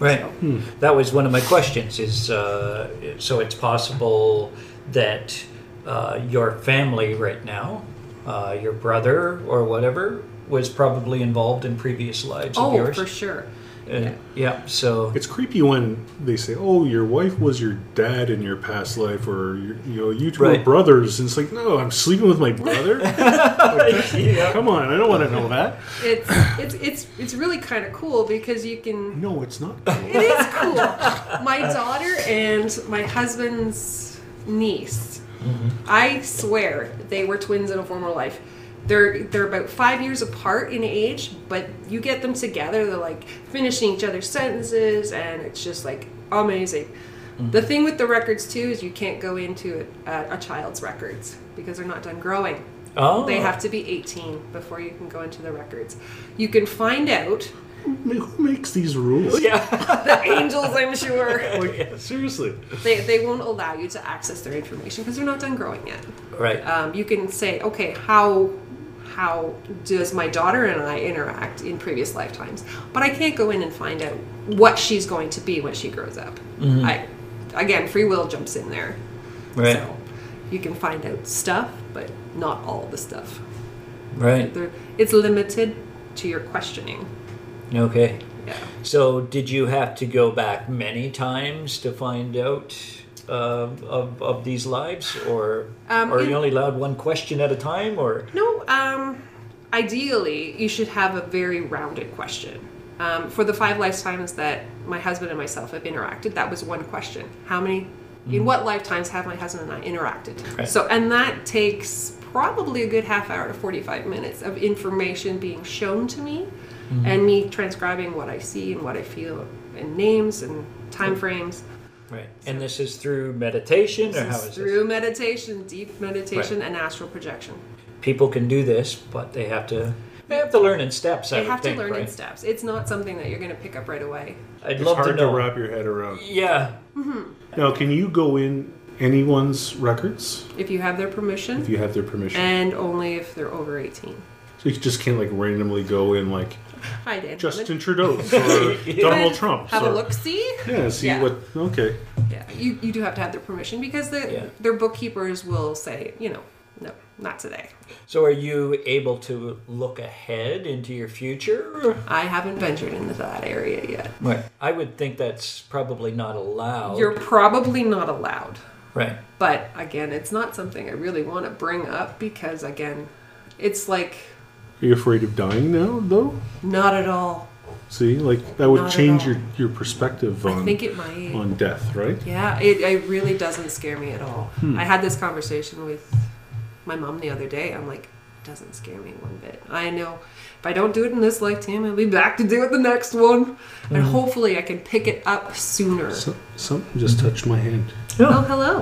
B: Right.
D: Hmm.
B: That was one of my questions. Is uh, so it's possible that uh, your family right now, uh, your brother or whatever, was probably involved in previous lives of
D: oh,
B: yours.
D: for sure.
B: Uh, yeah. So
C: It's creepy when they say, "Oh, your wife was your dad in your past life," or you know, you two
B: Right.
C: were brothers, and it's like, "No, I'm sleeping with my brother." Like, that- Come on, I don't want to know that.
D: It's it's it's it's really kind of cool because you can
C: No, it's not. Cool.
D: It is cool. My daughter and my husband's niece. I swear they were twins in a former life. They're they're about five years apart in age, but you get them together, they're like finishing each other's sentences, and it's just like amazing. The thing with the records too is you can't go into uh, a, a child's records because they're not done growing.
B: oh,
D: They have to be 18 before you can go into the records. You can find out
C: Who makes these rules?
B: Yeah.
D: the angels, I'm sure.
C: Seriously,
D: they, they won't allow you to access their information because they're not done growing yet.
B: Right.
D: Um, you can say, okay, how how does my daughter and I interact in previous lifetimes? But I can't go in and find out what she's going to be when she grows up. I, again, free will jumps in there,
B: Right.
D: so you can find out stuff, but not all the stuff.
B: Right.
D: They're, it's limited to your questioning.
B: Okay.
D: Yeah.
B: So did you have to go back many times to find out? Uh, of, of these lives, or
D: Um,
B: are
D: in-
B: you only allowed one question at a time, or
D: No, um, ideally, you should have a very rounded question. Um, for the five lifetimes that my husband and myself have interacted, that was one question. How many, in what lifetimes have my husband and I interacted?
B: Mm. Right.
D: So, and that takes probably a good half hour to 45 minutes of information being shown to me
B: Mm-hmm.
D: and me transcribing what I see and what I feel and names and time frames.
B: right? And this is through meditation, or how
D: This
B: is
D: is
B: this?
D: through meditation, deep meditation, and astral projection.
B: people can do this, but they have to they have to learn in steps. I
D: They
B: would
D: have
B: think,
D: to learn
B: right?
D: in steps. It's not something that you're going to pick up right away.
B: I'd
C: it's
B: love
C: hard
B: to know.
C: wrap your head around.
B: yeah,
C: Now, can you go in anyone's records
D: If you have their
C: if
D: permission,
C: you have their permission?
D: and only if they're over 18.
C: so you just can't like randomly go in like
D: Hi, Dan.
C: Justin Trudeau or Donald Trump.
D: Have
C: or-
D: a look, see?
C: Yeah, see
D: Yeah.
C: what. Okay.
D: Yeah, you, you do have to have their permission because the,
B: Yeah.
D: their bookkeepers will say, you know, no, not today.
B: so are you able to look ahead into your future?
D: I haven't ventured into that area yet.
B: Right. I would think that's probably not allowed.
D: You're probably not allowed.
B: right.
D: But again, it's not something I really want to bring up because, again, it's like
C: Are you afraid of dying now, though?
D: not at all.
C: See, like that would
D: Not at
C: change
D: all.
C: your your perspective on
D: I think it might.
C: on death, right?
D: Yeah, it, it really doesn't scare me at all. I had this conversation with my mom the other day. I'm like, it doesn't scare me one bit. I know if I don't do it in this lifetime, I'll be back to do it the next one. And hopefully I can pick it up sooner.
C: So, something just touched my hand.
D: oh, hello.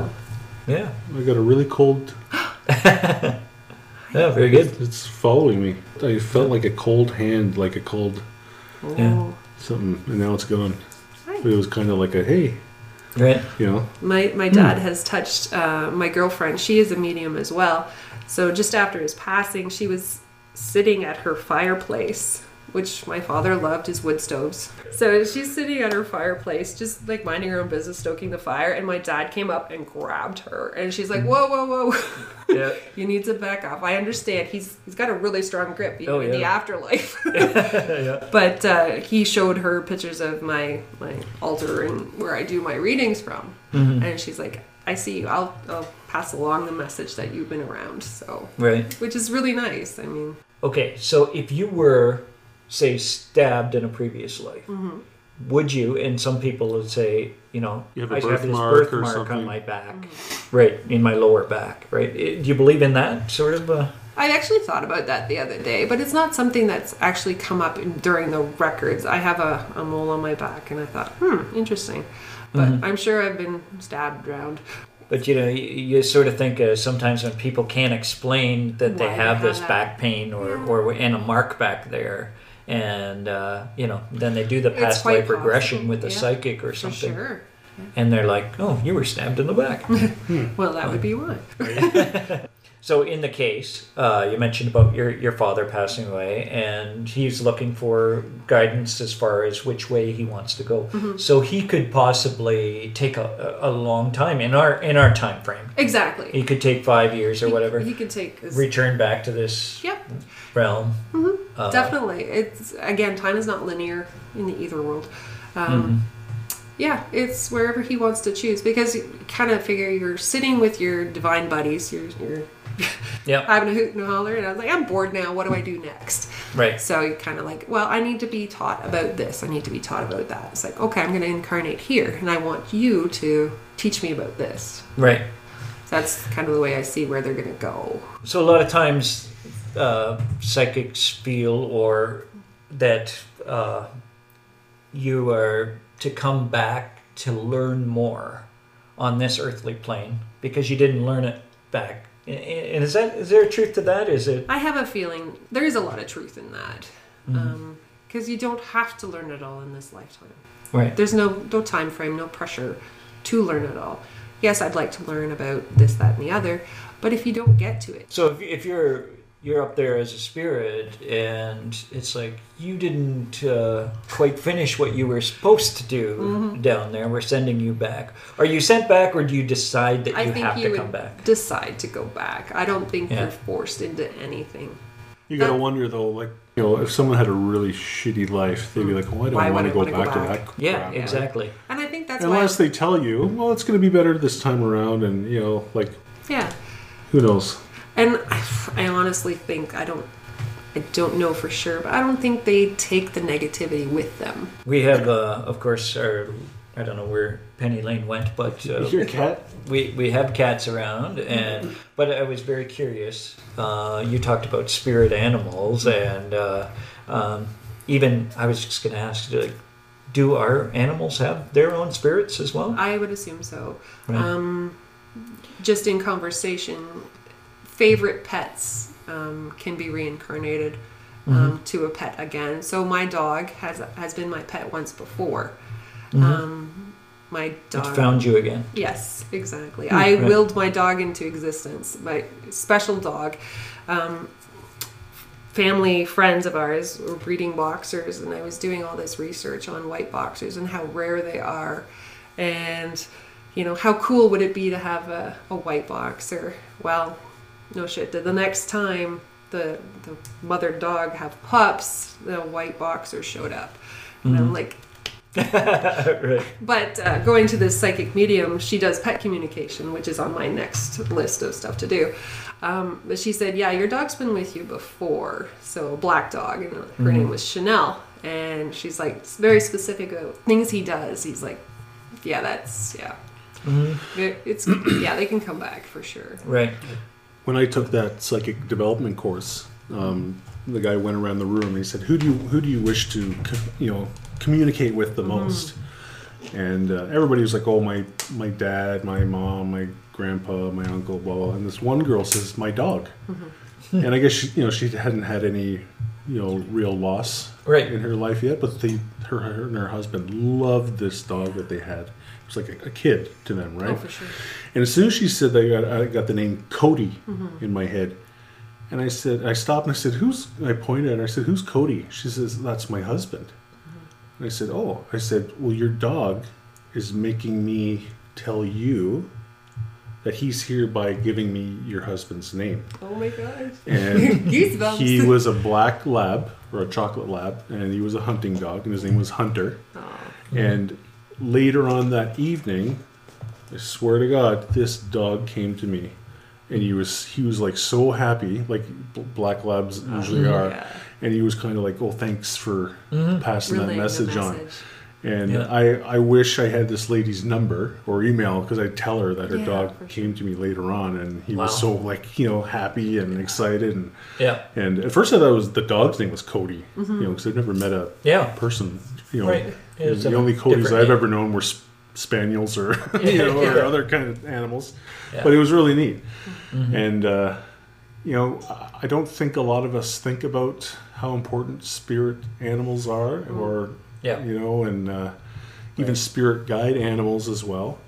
B: Yeah.
C: I got a really cold.
B: Yeah. Very good.
C: It's following me. I felt like a cold hand, like a cold
D: Oh.
B: Yeah.
C: something, and now it's gone. But
D: Hi.
C: it was kind of like a hey,
B: Right.
C: you know.
D: My, my dad has touched uh, my girlfriend. She is a medium as well. So just after his passing, she was sitting at her fireplace, which my father loved his wood stoves. So she's sitting at her fireplace, just like minding her own business, stoking the fire. And my dad came up and grabbed her, and she's like, "Whoa, whoa, whoa!
B: Yeah.
D: you need to back off. I understand. He's he's got a really strong grip even
B: Oh,
D: in the
B: yeah.
D: afterlife." But uh, he showed
B: Mm-hmm.
D: her pictures of my my altar and where I do my readings from, and she's like, I see you. I'll, I'll pass along the message that you've been around. So,
B: Right.
D: which is really nice. I mean,
B: Okay, so if you were, say, stabbed in a previous life,
D: Mm-hmm.
B: would you? And some people would say, you know,
C: You have a
B: I have this
C: birthmark or
B: birthmark on
C: something.
B: my back,
D: Mm-hmm.
B: right, in my lower back, right. I- do you believe in that sort of? Uh,
D: I actually thought about that the other day, but it's not something that's actually come up in, during the records. I have a, a mole on my back, and I thought, hmm, interesting. But
B: Mm-hmm.
D: I'm sure I've been stabbed, drowned.
B: But you know, you, you sort of think uh, sometimes when people can't explain that they
D: Why they
B: have
D: have
B: this
D: that.
B: back pain or, or and a mark back there, and uh, you know, then they do the past
D: quite
B: life regression
D: possible,
B: with a
D: yeah,
B: psychic or
D: For
B: something,
D: sure.
B: and they're like, "Oh, you were stabbed in the back."
D: Well, that would be one.
B: so, in the case uh, you mentioned about your your father passing away, and he's looking for guidance as far as which way he wants to go.
D: Mm-hmm.
B: So he could possibly take a, a a long time in our in our time frame.
D: Exactly.
B: He could take five years or
D: He-
B: whatever.
D: He, could take his.
B: return back to this
D: Yep,
B: realm. Uh,
D: definitely. It's again, time is not linear in the either world. Um,
B: Mm-hmm.
D: Yeah, it's wherever he wants to choose because you kind of figure you're sitting with your divine buddies, your your
B: Yeah,
D: having a hoot and a holler, and I was like, I'm bored now. What do I do next?
B: right.
D: So you're kind of like, well, I need to be taught about this. I need to be taught about that. It's like, okay, I'm going to incarnate here, and I want you to teach me about this.
B: Right.
D: That's kind of the way I see where they're going to go.
B: So a lot of times, uh, psychics feel or that uh, you are to come back to learn more on this earthly plane because you didn't learn it back. A- a- And is that is there truth to that? Is it
D: I have a feeling there is a lot of truth in that,
B: Mm-hmm.
D: because you don't have to learn it all in this lifetime.
B: right?
D: There's no no time frame, no pressure to learn it all. Yes, I'd like to learn about this, that, and the other, but if you don't get to it,
B: So if, if you're you're up there as a spirit, and it's like you didn't uh, quite finish what you were supposed to do
D: Mm-hmm.
B: down there. We're sending you back. Are you sent back, or do you decide that
D: I
B: you
D: think
B: have
D: you
B: to
D: would
B: come back?
D: decide to go back. I don't think
B: Yeah.
D: you're forced into anything.
C: You gotta wonder though, like you know, if someone had a really shitty life, they'd be like, "Why do
D: Why
C: I
D: would
C: want
D: I
C: to go
D: wanna go
C: back to
D: back?"
C: that?"
B: Yeah,
C: crap?"
B: exactly.
D: And I think that's
C: Unless
D: why.
C: they tell you, "Well, it's gonna be better this time around," and you know, like
D: yeah.
C: who knows?
D: And I, I honestly think I don't. I don't know for sure, but I don't think they take the negativity with them.
B: We have, uh, of course, our I don't know where Penny Lane went, but uh,
C: Your cat?
B: we we have cats around, and but I was very curious. Uh, you talked about spirit animals, and uh, um, even I was just going to ask, like, do our animals have their own spirits as well?
D: I would assume so.
B: Right.
D: Uh, Um, just in conversation, favorite pets um, can be reincarnated um, to a pet again. So my dog has has been my pet once before. Um, my
B: It
D: dog
B: found you again.
D: Yes, exactly. I
B: right.
D: willed my dog into existence. My special dog. Um, family friends of ours were breeding boxers, and I was doing all this research on white boxers and how rare they are. And, you know, how cool would it be to have a, a white boxer? Well, no shit. The next time the, the mother dog have pups, the white boxer showed up. And I'm like,
B: right.
D: but uh, going to this psychic medium, she does pet communication, which is on my next list of stuff to do. Um, but she said, "Yeah, your dog's been with you before, so a black dog, and her
C: Mm-hmm.
D: name was Chanel." And she's like it's very specific about things he does. He's like, "Yeah, that's yeah,
C: Mm-hmm.
D: It- it's yeah, they can come back for sure."
B: Right.
C: When I took that psychic development course, um, the guy went around the room and he said, "Who do you who do you wish to co- you know communicate with the
D: Mm-hmm.
C: most?" And uh, everybody was like, "Oh, my my dad, my mom, my grandpa, my uncle, blah blah." And this one girl says, "My dog,"
D: Mm-hmm.
C: and I guess she, you know she hadn't had any you know real loss
B: Right.
C: in her life yet, but the her, her and her husband loved this dog that they had. It was like a, a kid to them, right?
D: Oh, for sure.
C: And as soon as she said that, I got, I got the name Cody in my head. And I said, I stopped and I said, who's, and I pointed at her, I said, who's Cody? She says, that's my husband. And I said, oh, I said, well, your dog is making me tell you that he's here by giving me your husband's name.
D: Oh my gosh.
C: And
D: Goosebumps.
C: he was a black lab or a chocolate lab, and he was a hunting dog, and his name was Hunter.
D: Aw.
C: And later on that evening, I swear to God, this dog came to me, and he was he was like so happy, like b- black labs usually are,
D: Oh, yeah. Mm-hmm.
C: and he was kind of like, "Oh, thanks for passing that
D: Relaying the
C: message, on."
D: message.
C: And
E: Yeah.
C: I I wish I had this lady's number or email because I tell her that her
D: Yeah, for
C: dog
D: sure.
C: came to me later on, and he
E: Wow.
C: was so like you know happy and excited and.
E: Yeah.
C: And at first I thought it was the dog's name was Cody, you know, because I've never met a
E: Mm-hmm. Yeah.
C: person, you know.
E: Right.
C: and
E: It's
C: the
E: a
C: only Codys
E: different
C: I've
E: name.
C: ever known were sp- spaniels or you know
E: Yeah.
C: or other kind of animals,
E: Yeah. Mm-hmm.
C: but it was really neat. And uh, you know, I- I don't think a lot of us think about how important spirit animals are, or
E: Mm-hmm. Yeah.
C: you know, and uh, even spirit guide animals as well.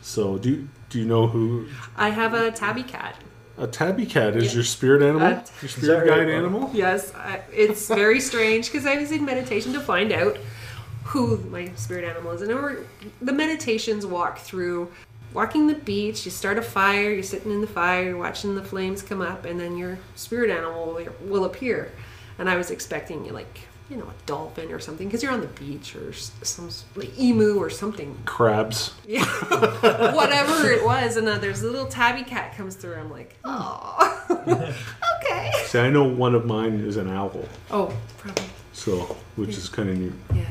C: So do you- do you know who
D: I have a tabby cat.
C: a tabby cat is
D: Yeah.
C: your spirit animal?
D: Uh,
C: your
E: that
C: spirit
E: right?
C: guide animal?
D: Yes, I, it's very strange because I was in meditation to find out who my spirit animal is, and there were- the meditations walk through walking the beach. You start a fire, you're sitting in the fire, you're watching the flames come up, and then your spirit animal will, will appear. And I was expecting you like you know a dolphin or something because you're on the beach or s- some s- like emu or something
C: Crabs.
D: whatever it was and then there's a little tabby cat comes through i'm like oh okay
C: See, I know one of mine is an owl,
D: oh probably
C: so which is kind of neat.
D: yeah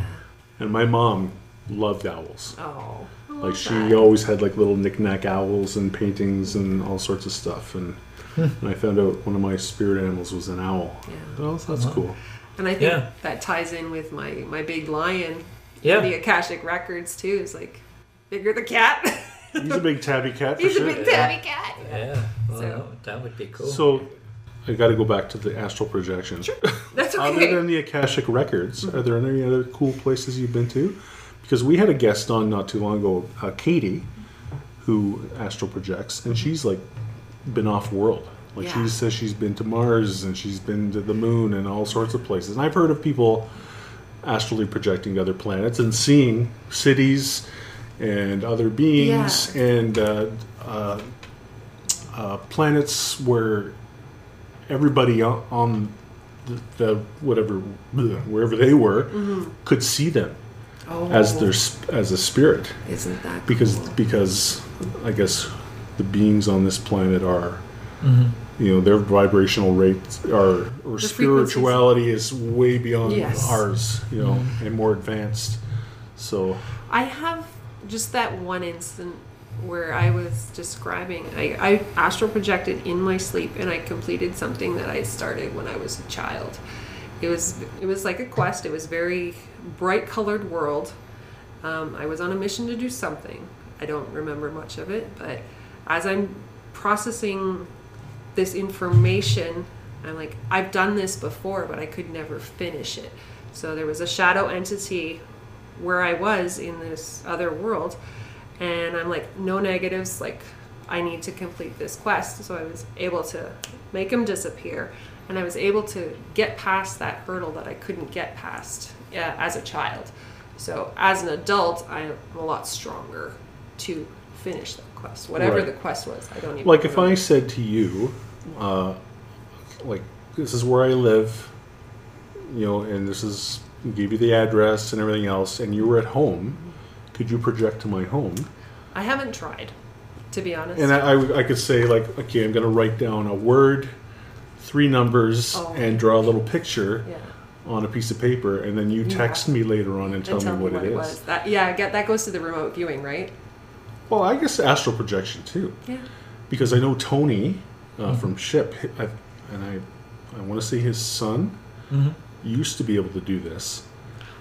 C: And my mom loved owls.
D: oh I
C: Like
D: love
C: she
D: that.
C: always had like little knickknack owls and paintings and all sorts of stuff. And,
D: Hmm.
C: and I found out one of my spirit animals was an owl.
D: Yeah.
C: Well, that's
D: Uh-huh.
C: cool.
D: and i think
E: Yeah.
D: that ties in with my my big lion
E: Yeah.
D: the akashic records too is like bigger the cat
C: He's a big tabby cat for
D: he's
C: sure.
D: a big tabby cat
E: Yeah. Well,
D: So-
E: that would be cool.
C: So I got to go back to the astral projection.
D: that's
C: Other
D: okay
C: than the Akashic Records, are there any other cool places you've been to? Because we had a guest on not too long ago, uh, Katie, who astral projects, and she's like been off world. Like
D: Yeah.
C: she says she's been to Mars and she's been to the moon and all sorts of places. And I've heard of people astrally projecting to other planets and seeing cities and other beings
D: Yeah.
C: and uh, uh, uh, planets where everybody on- on the, the whatever bleh, wherever they were could see them
D: oh
C: as their sp- as a spirit
D: isn't that
C: because
D: cool?
C: because I guess the beings on this planet are you know their vibrational rates are or
D: frequencies.
C: spirituality is way beyond
D: Yes.
C: ours you know and more advanced so
D: I have just that one instant where I was describing. I, I astral projected in my sleep, and I completed something that I started when I was a child. It was it was like a quest. It was very bright colored world. Um, I was on a mission to do something. I don't remember much of it, but as I'm processing this information, I'm like, I've done this before, but I could never finish it. So there was a shadow entity where I was in this other world, and I'm like, no negatives, like, I need to complete this quest. So I was able to make him disappear, and I was able to get past that hurdle that I couldn't get past uh, as a child. So as an adult, I'm a lot stronger to finish that quest, whatever
C: Right.
D: the quest was. I don't even
C: like if I
D: remember.
C: said to you uh, like this is where I live you know and this is gave you the address and everything else and you were at home could you project to my home
D: I haven't tried, to be honest.
C: And I, I, I could say like, okay, I'm going to write down a word, three numbers,
D: Oh.
C: and draw a little picture
D: yeah.
C: on a piece of paper, and then you text me later on and tell,
D: and
C: me what, it is.
D: That, yeah, I get, that goes to the remote viewing, right?
C: Well, I guess astral projection too,
D: Yeah.
C: because I know Tony uh, from Ship, hi- I, and I, I want to say his son used to be able to do this,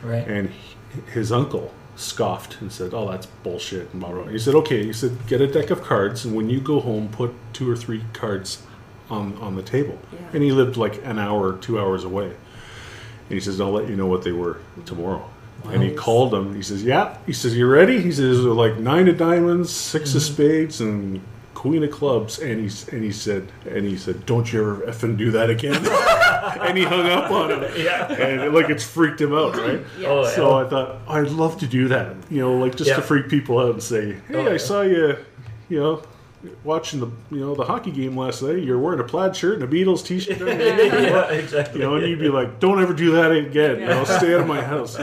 E: right.
C: and he, his uncle scoffed and said, "Oh, that's bullshit." And blah, blah, blah. He said, "Okay," he said, "get a deck of cards, and when you go home, put two or three cards on on the table."
D: Yeah.
C: And he lived like an hour, two hours away. And he says, "I'll let you know what they were tomorrow." And he called him. He says, "Yeah." He says, "You ready?" He says, "There were like nine of diamonds, 6 of spades, and." Queen of clubs, and he s- and he said, and he said, "Don't you ever effing do that again." and he hung up on him. Yeah, and like it's freaked him out, right?
D: Yeah.
E: Oh,
C: So I thought I'd love to do that, you know, like just
E: Yeah.
C: to freak people out and say, "Hey,
E: Oh, yeah.
C: I saw you, you know, watching the you know the hockey game last night. You're wearing a plaid shirt and a Beatles T-shirt.
B: yeah, exactly.
C: you know, and you'd be like, "Don't ever do that again. You know, stay out of my house."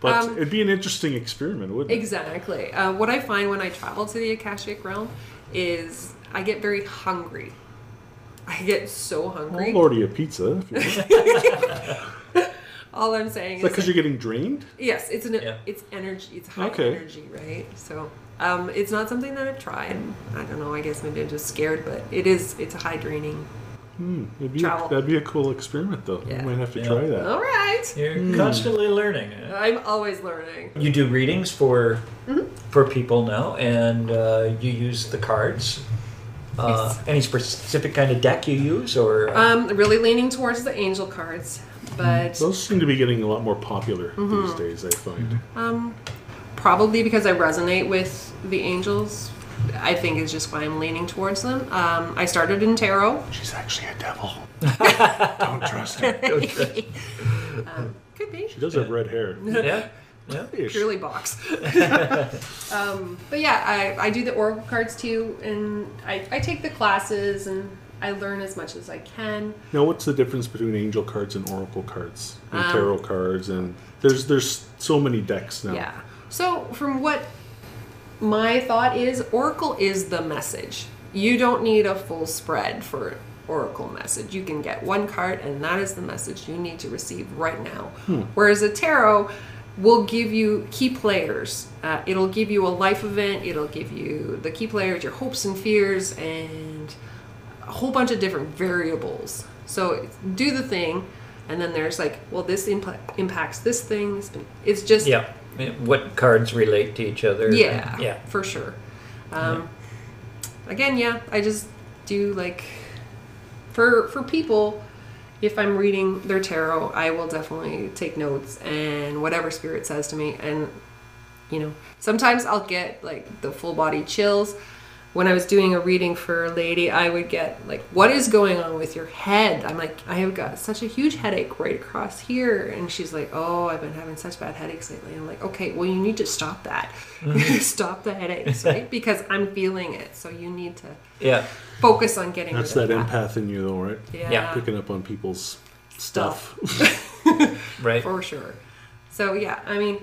C: But
D: Um,
C: it'd be an interesting experiment, wouldn't it?
D: Exactly. Uh, what I find when I travel to the Akashic realm is I get very hungry. I get so hungry.
C: I'll order you a pizza. If you want. Is
D: All I'm saying
C: that
D: is
C: because you're getting drained?
D: yes, it's an
B: Yeah.
D: it's energy. It's high
C: Okay.
D: energy, right? So um, it's not something that I've tried. I don't know. I guess maybe I'm just scared, but it is. It's a high draining.
C: It'd be
D: Travel.
C: that'd be a cool experiment, though.
D: Yeah. Oh.
C: You might have to
B: Yeah.
C: try that.
D: All right.
B: You're constantly learning.
D: I'm always learning.
B: You do readings for
D: Mm-hmm.
B: for people now, and uh, you use the cards. Uh, Any specific kind of deck you use, or uh,
D: Um, really leaning towards the angel cards, but
C: Those seem to be getting a lot more popular
D: Mm-hmm.
C: these days. I find.
D: Um, probably because I resonate with the angels. I think is just why I'm leaning towards them. Um, I started in tarot.
C: She's actually a devil. Don't trust her.
D: Um, could be
C: She does have red hair.
B: yeah, yeah,
D: purely box. um, but yeah, I, I do the oracle cards too, and I, I take the classes and I learn as much as I can.
C: Now, what's the difference between angel cards and oracle cards and
D: Um,
C: tarot cards? And there's there's so many decks now.
D: Yeah. So, from what my thought is, Oracle is the message. You don't need a full spread for Oracle message. You can get one card, and that is the message you need to receive right now. Whereas a tarot will give you key players. Uh, it'll give you a life event. It'll give you the key players, your hopes and fears, and a whole bunch of different variables. So it's- do the thing, and then there's like, well, this impa- impacts this thing. This- It's just
B: yeah. Yeah, What cards relate to each other?
D: yeah,
B: yeah.
D: for sure. Um, Again, yeah, I just do like for for people. If I'm reading their tarot, I will definitely take notes and whatever spirit says to me. And you know, sometimes I'll get like the full body chills. When I was doing a reading for a lady, I would get like, "What is going on with your head?" I'm like, "I have got such a huge headache right across here," and she's like, "Oh, I've been having such bad headaches lately." I'm like, "Okay, well, you need to stop that,
C: Mm-hmm.
D: stop the headaches, right? Because I'm feeling it, so you need to
B: yeah.
D: focus on getting
C: That's
D: rid
C: that
D: of that.
C: empath in you, though, right?
D: Yeah,
B: Yeah.
C: Picking up on people's stuff.
B: Right.
D: for sure. So yeah, I mean,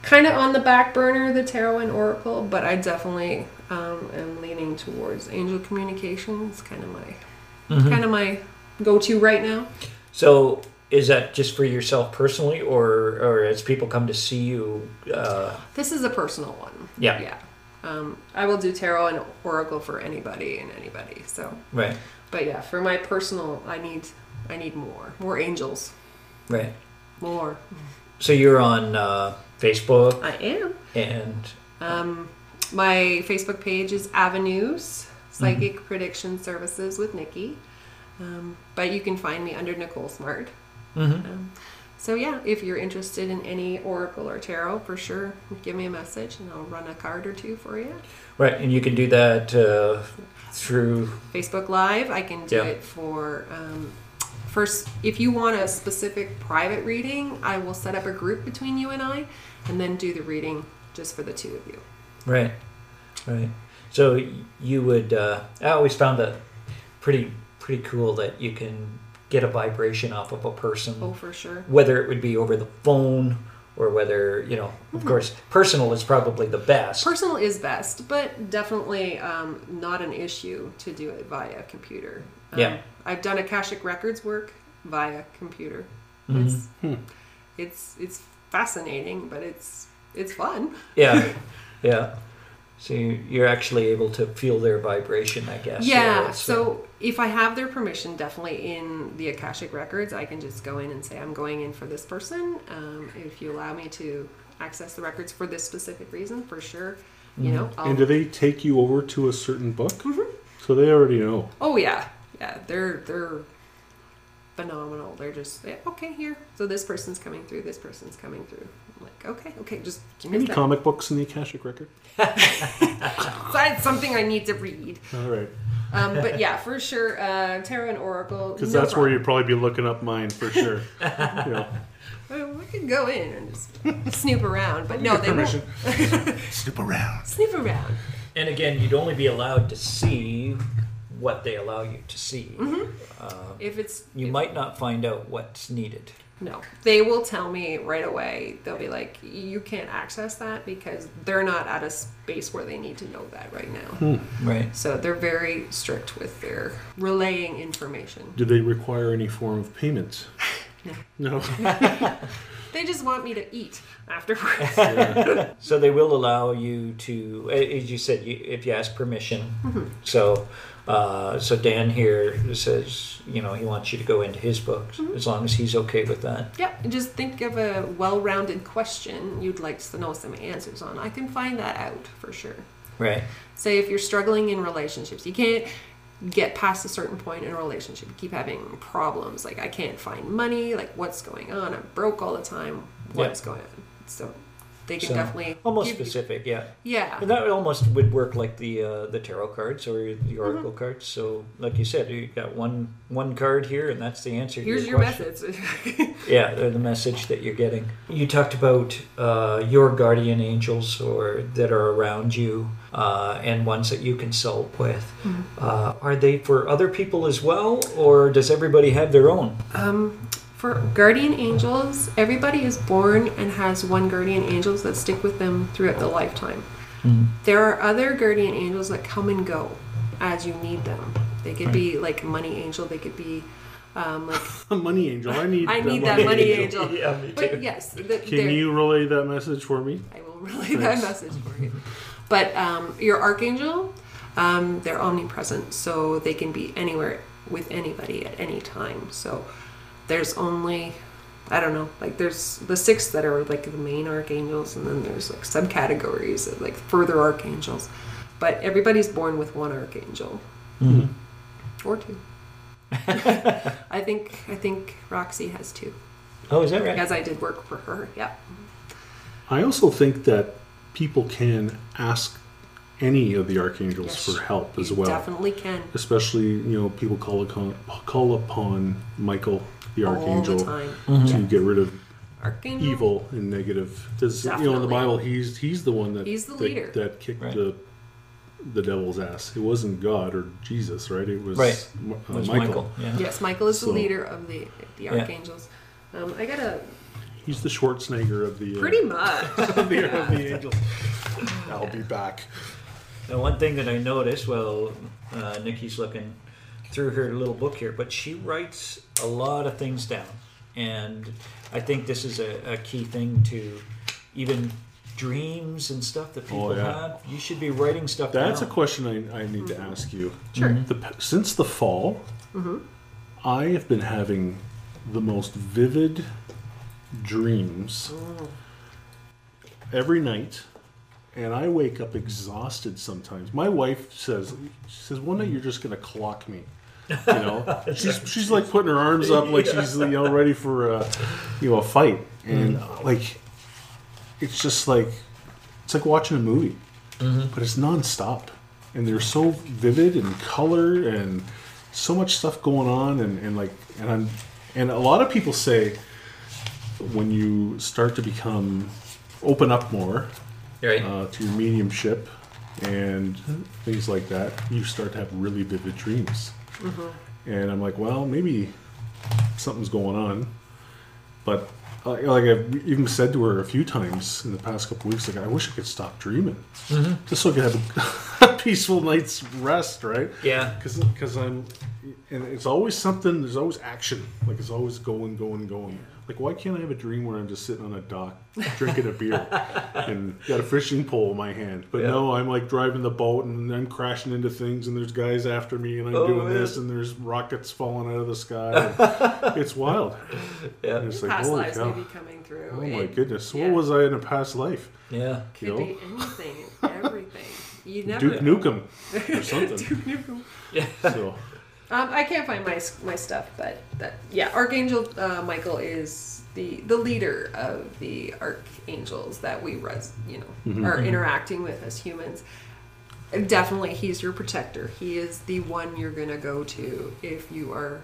D: kind of on the back burner, the tarot and oracle, but I definitely um, am leaning towards angel communication. It's kind of my kind of my go-to right now.
B: So is that just for yourself personally, or or as people come to see you? Uh,
D: This is a personal one.
B: Yeah.
D: yeah. Um, I will do tarot and oracle for anybody and anybody. So,
B: right,
D: but yeah, for my personal, I need I need more, more angels,
B: right.
D: more.
B: So you're on uh, Facebook
D: I am.
B: and
D: Um, my Facebook page is Avenues Psychic Prediction Services with Nikki, um, but you can find me under Nicole Smart. Um, so yeah, if you're interested in any oracle or tarot, for sure, give me a message and I'll run a card or two for you.
B: right, and you can do that uh, through
D: Facebook Live, I can do
B: Yeah.
D: it for. Um, First, if you want a specific private reading, I will set up a group between you and I, and then do the reading just for the two of you.
B: right, right. So you would. Uh, I always found that pretty pretty cool that you can get a vibration off of a person.
D: Oh, for sure.
B: whether it would be over the phone or whether you know
D: Mm-hmm.
B: of course personal is probably the best
D: Personal is best, but definitely um, not an issue to do it via computer. Um,
B: Yeah.
D: I've done Akashic Records work via computer. It's,
C: Hmm.
D: it's it's fascinating, but it's it's fun.
B: yeah yeah so you- you're actually able to feel their vibration i guess
D: yeah.
B: it's, uh,
D: So if I have their permission, definitely in the Akashic Records, I can just go in and say I'm going in for this person. Um, if you allow me to access the records for this specific reason, for sure. You know, I'll
C: and do they take you over to a certain book?
D: Mm-hmm.
C: So they already know.
D: Oh yeah, yeah. They're they're phenomenal. They're just yeah, okay here. So this person's coming through. This person's coming through. I'm like okay, okay. Just give me
C: Any
D: that.
C: comic books in the Akashic record?
D: That's something I need to read.
C: All right,
D: Um, but yeah, for sure, uh, tarot and oracle.
C: because
D: no
C: that's
D: problem.
C: where you'd probably be looking up mine for sure. you know,
D: Well, Uh, we could go in and just snoop around, but no,
C: get
D: they won't
C: permission. Snoop around.
D: snoop around.
B: And again, you'd only be allowed to see what they allow you to see.
D: Mm-hmm. If it's
B: You
D: if-
B: might not find out what's needed.
D: No, they will tell me right away. They'll be like, "You can't access that because they're not at a space where they need to know that right now."
B: Right.
D: So they're very strict with their relaying information.
C: Do they require any form of payment? No. No.
D: They just want me to eat afterwards.
B: So they will allow you to, a- as you said, you, if you ask permission.
D: Mm-hmm.
B: So, uh, so Dan here says, you know, he wants you to go into his books
D: Mm-hmm.
B: as long as he's okay with that.
D: yeah, and just think of a well-rounded question you'd like to know some answers on. I can find that out for sure.
B: Right.
D: Say if you're struggling in relationships, you can't get past a certain point in a relationship. You keep having problems. Like I can't find money. Like what's going on? I'm broke all the time. What's
B: Yeah.
D: going on? So they can
B: So,
D: definitely
B: almost
D: give you-
B: specific, yeah.
D: Yeah.
B: And that almost would work like the uh, the tarot cards or
D: Mm-hmm.
B: the oracle cards. So, like you said, you got one one card here, and that's the answer. to
D: Here's
B: your
D: your
B: question.
D: methods.
B: Yeah, they're the message that you're getting. You talked about uh, your guardian angels or that are around you uh, and ones that you consult with. Uh, are they for other people as well, or does everybody have their own?
D: Um, for guardian angels, everybody is born and has one guardian angels that stick with them throughout the lifetime. There are other guardian angels that come and go as you need them. They could be like money angel. They could be um, like
C: money angel. I need.
D: I
C: the
D: need that money
C: angel.
D: angel.
B: Yeah, me too.
D: But yes, the,
C: Can you relay that message for me?
D: I will relay that message for you. But um, your archangel, um, they're omnipresent, so they can be anywhere with anybody at any time. So there's only, I don't know, like there's the six that are like the main archangels, and then there's like subcategories of like further archangels. But everybody's born with one archangel
C: Mm-hmm.
D: or two. I think I think Roxy has two
B: Oh, is that right?
D: because I did work for her. Yeah.
C: I also think that people can ask any of the archangels
D: Yes.
C: for help as
D: You
C: well.
D: Definitely can.
C: Especially, you know, people call upon, call upon Michael the
D: All
C: archangel Mm-hmm.
D: the
C: to
D: time.
C: get rid of
D: Archangel.
C: evil and negative. Because you know, in the
D: Definitely.
C: Bible, he's he's the one that
D: He's the
C: that-
D: leader.
C: that, kicked
B: Right.
C: the the devil's ass. It wasn't God or Jesus, right? It was,
B: Right.
C: Mi- uh,
B: There's
C: Michael.
B: Yeah.
D: Yes, Michael is
C: So-
D: the leader of the the
B: Yeah.
D: archangels. Um, I got a
C: He's the Schwarzenegger of the uh,
D: pretty much.
C: of the, of the angels. I'll be back.
B: Now, one thing that I noticed while uh, Nikki's looking through her little book here, but she writes a lot of things down. And I think this is a, a key thing to even dreams and stuff that people
C: Oh, yeah.
B: have. You should be writing stuff
C: That's a
B: down.
C: question I, I need to ask you. Mm-hmm.
D: Sure.
C: The p since the fall, I have been having the most vivid dreams every night, and I wake up exhausted sometimes. My wife says, "She says one night you're just gonna clock me." You know, she's she's like putting her arms up like she's you know ready for a you know a fight, and like it's just like it's like watching a movie but it's nonstop, and they're so vivid and color and so much stuff going on, and, and like and I'm and a lot of people say when you start to become open up more
B: right.
C: uh, to your mediumship and things like that, you start to have really vivid dreams. And I'm like, well, maybe something's going on. But uh, like I've even said to her a few times in the past couple weeks, like I wish I could stop dreaming,
B: Mm-hmm.
C: just so I could have a, peaceful night's rest, right?
B: Yeah.
C: because I'm, and it's always something. There's always action. Like it's always going, going, going. Like why can't I have a dream where I'm just sitting on a dock drinking a beer and got a fishing pole in my hand? But
B: Yeah.
C: no, I'm like driving the boat and I'm crashing into things and there's guys after me and I'm
B: Oh,
C: doing
B: yeah.
C: this and there's rockets falling out of the sky. And it's wild.
B: Yeah.
C: And it's like
D: Past
C: holy
D: lives may
C: cow.
D: be coming through.
C: Oh my
D: It
C: goodness!
D: yeah.
C: What was I in a past life?
B: Yeah.
D: Could
C: you
D: be anything, everything. You never.
C: Duke Nukem or something.
D: Duke Nukem.
C: so
D: Um, I can't find my my stuff, but that yeah, Archangel uh, Michael is the the leader of the archangels that we res, you know
C: Mm-hmm,
D: are interacting with as humans. Definitely, he's your protector. He is the one you're gonna go to if you are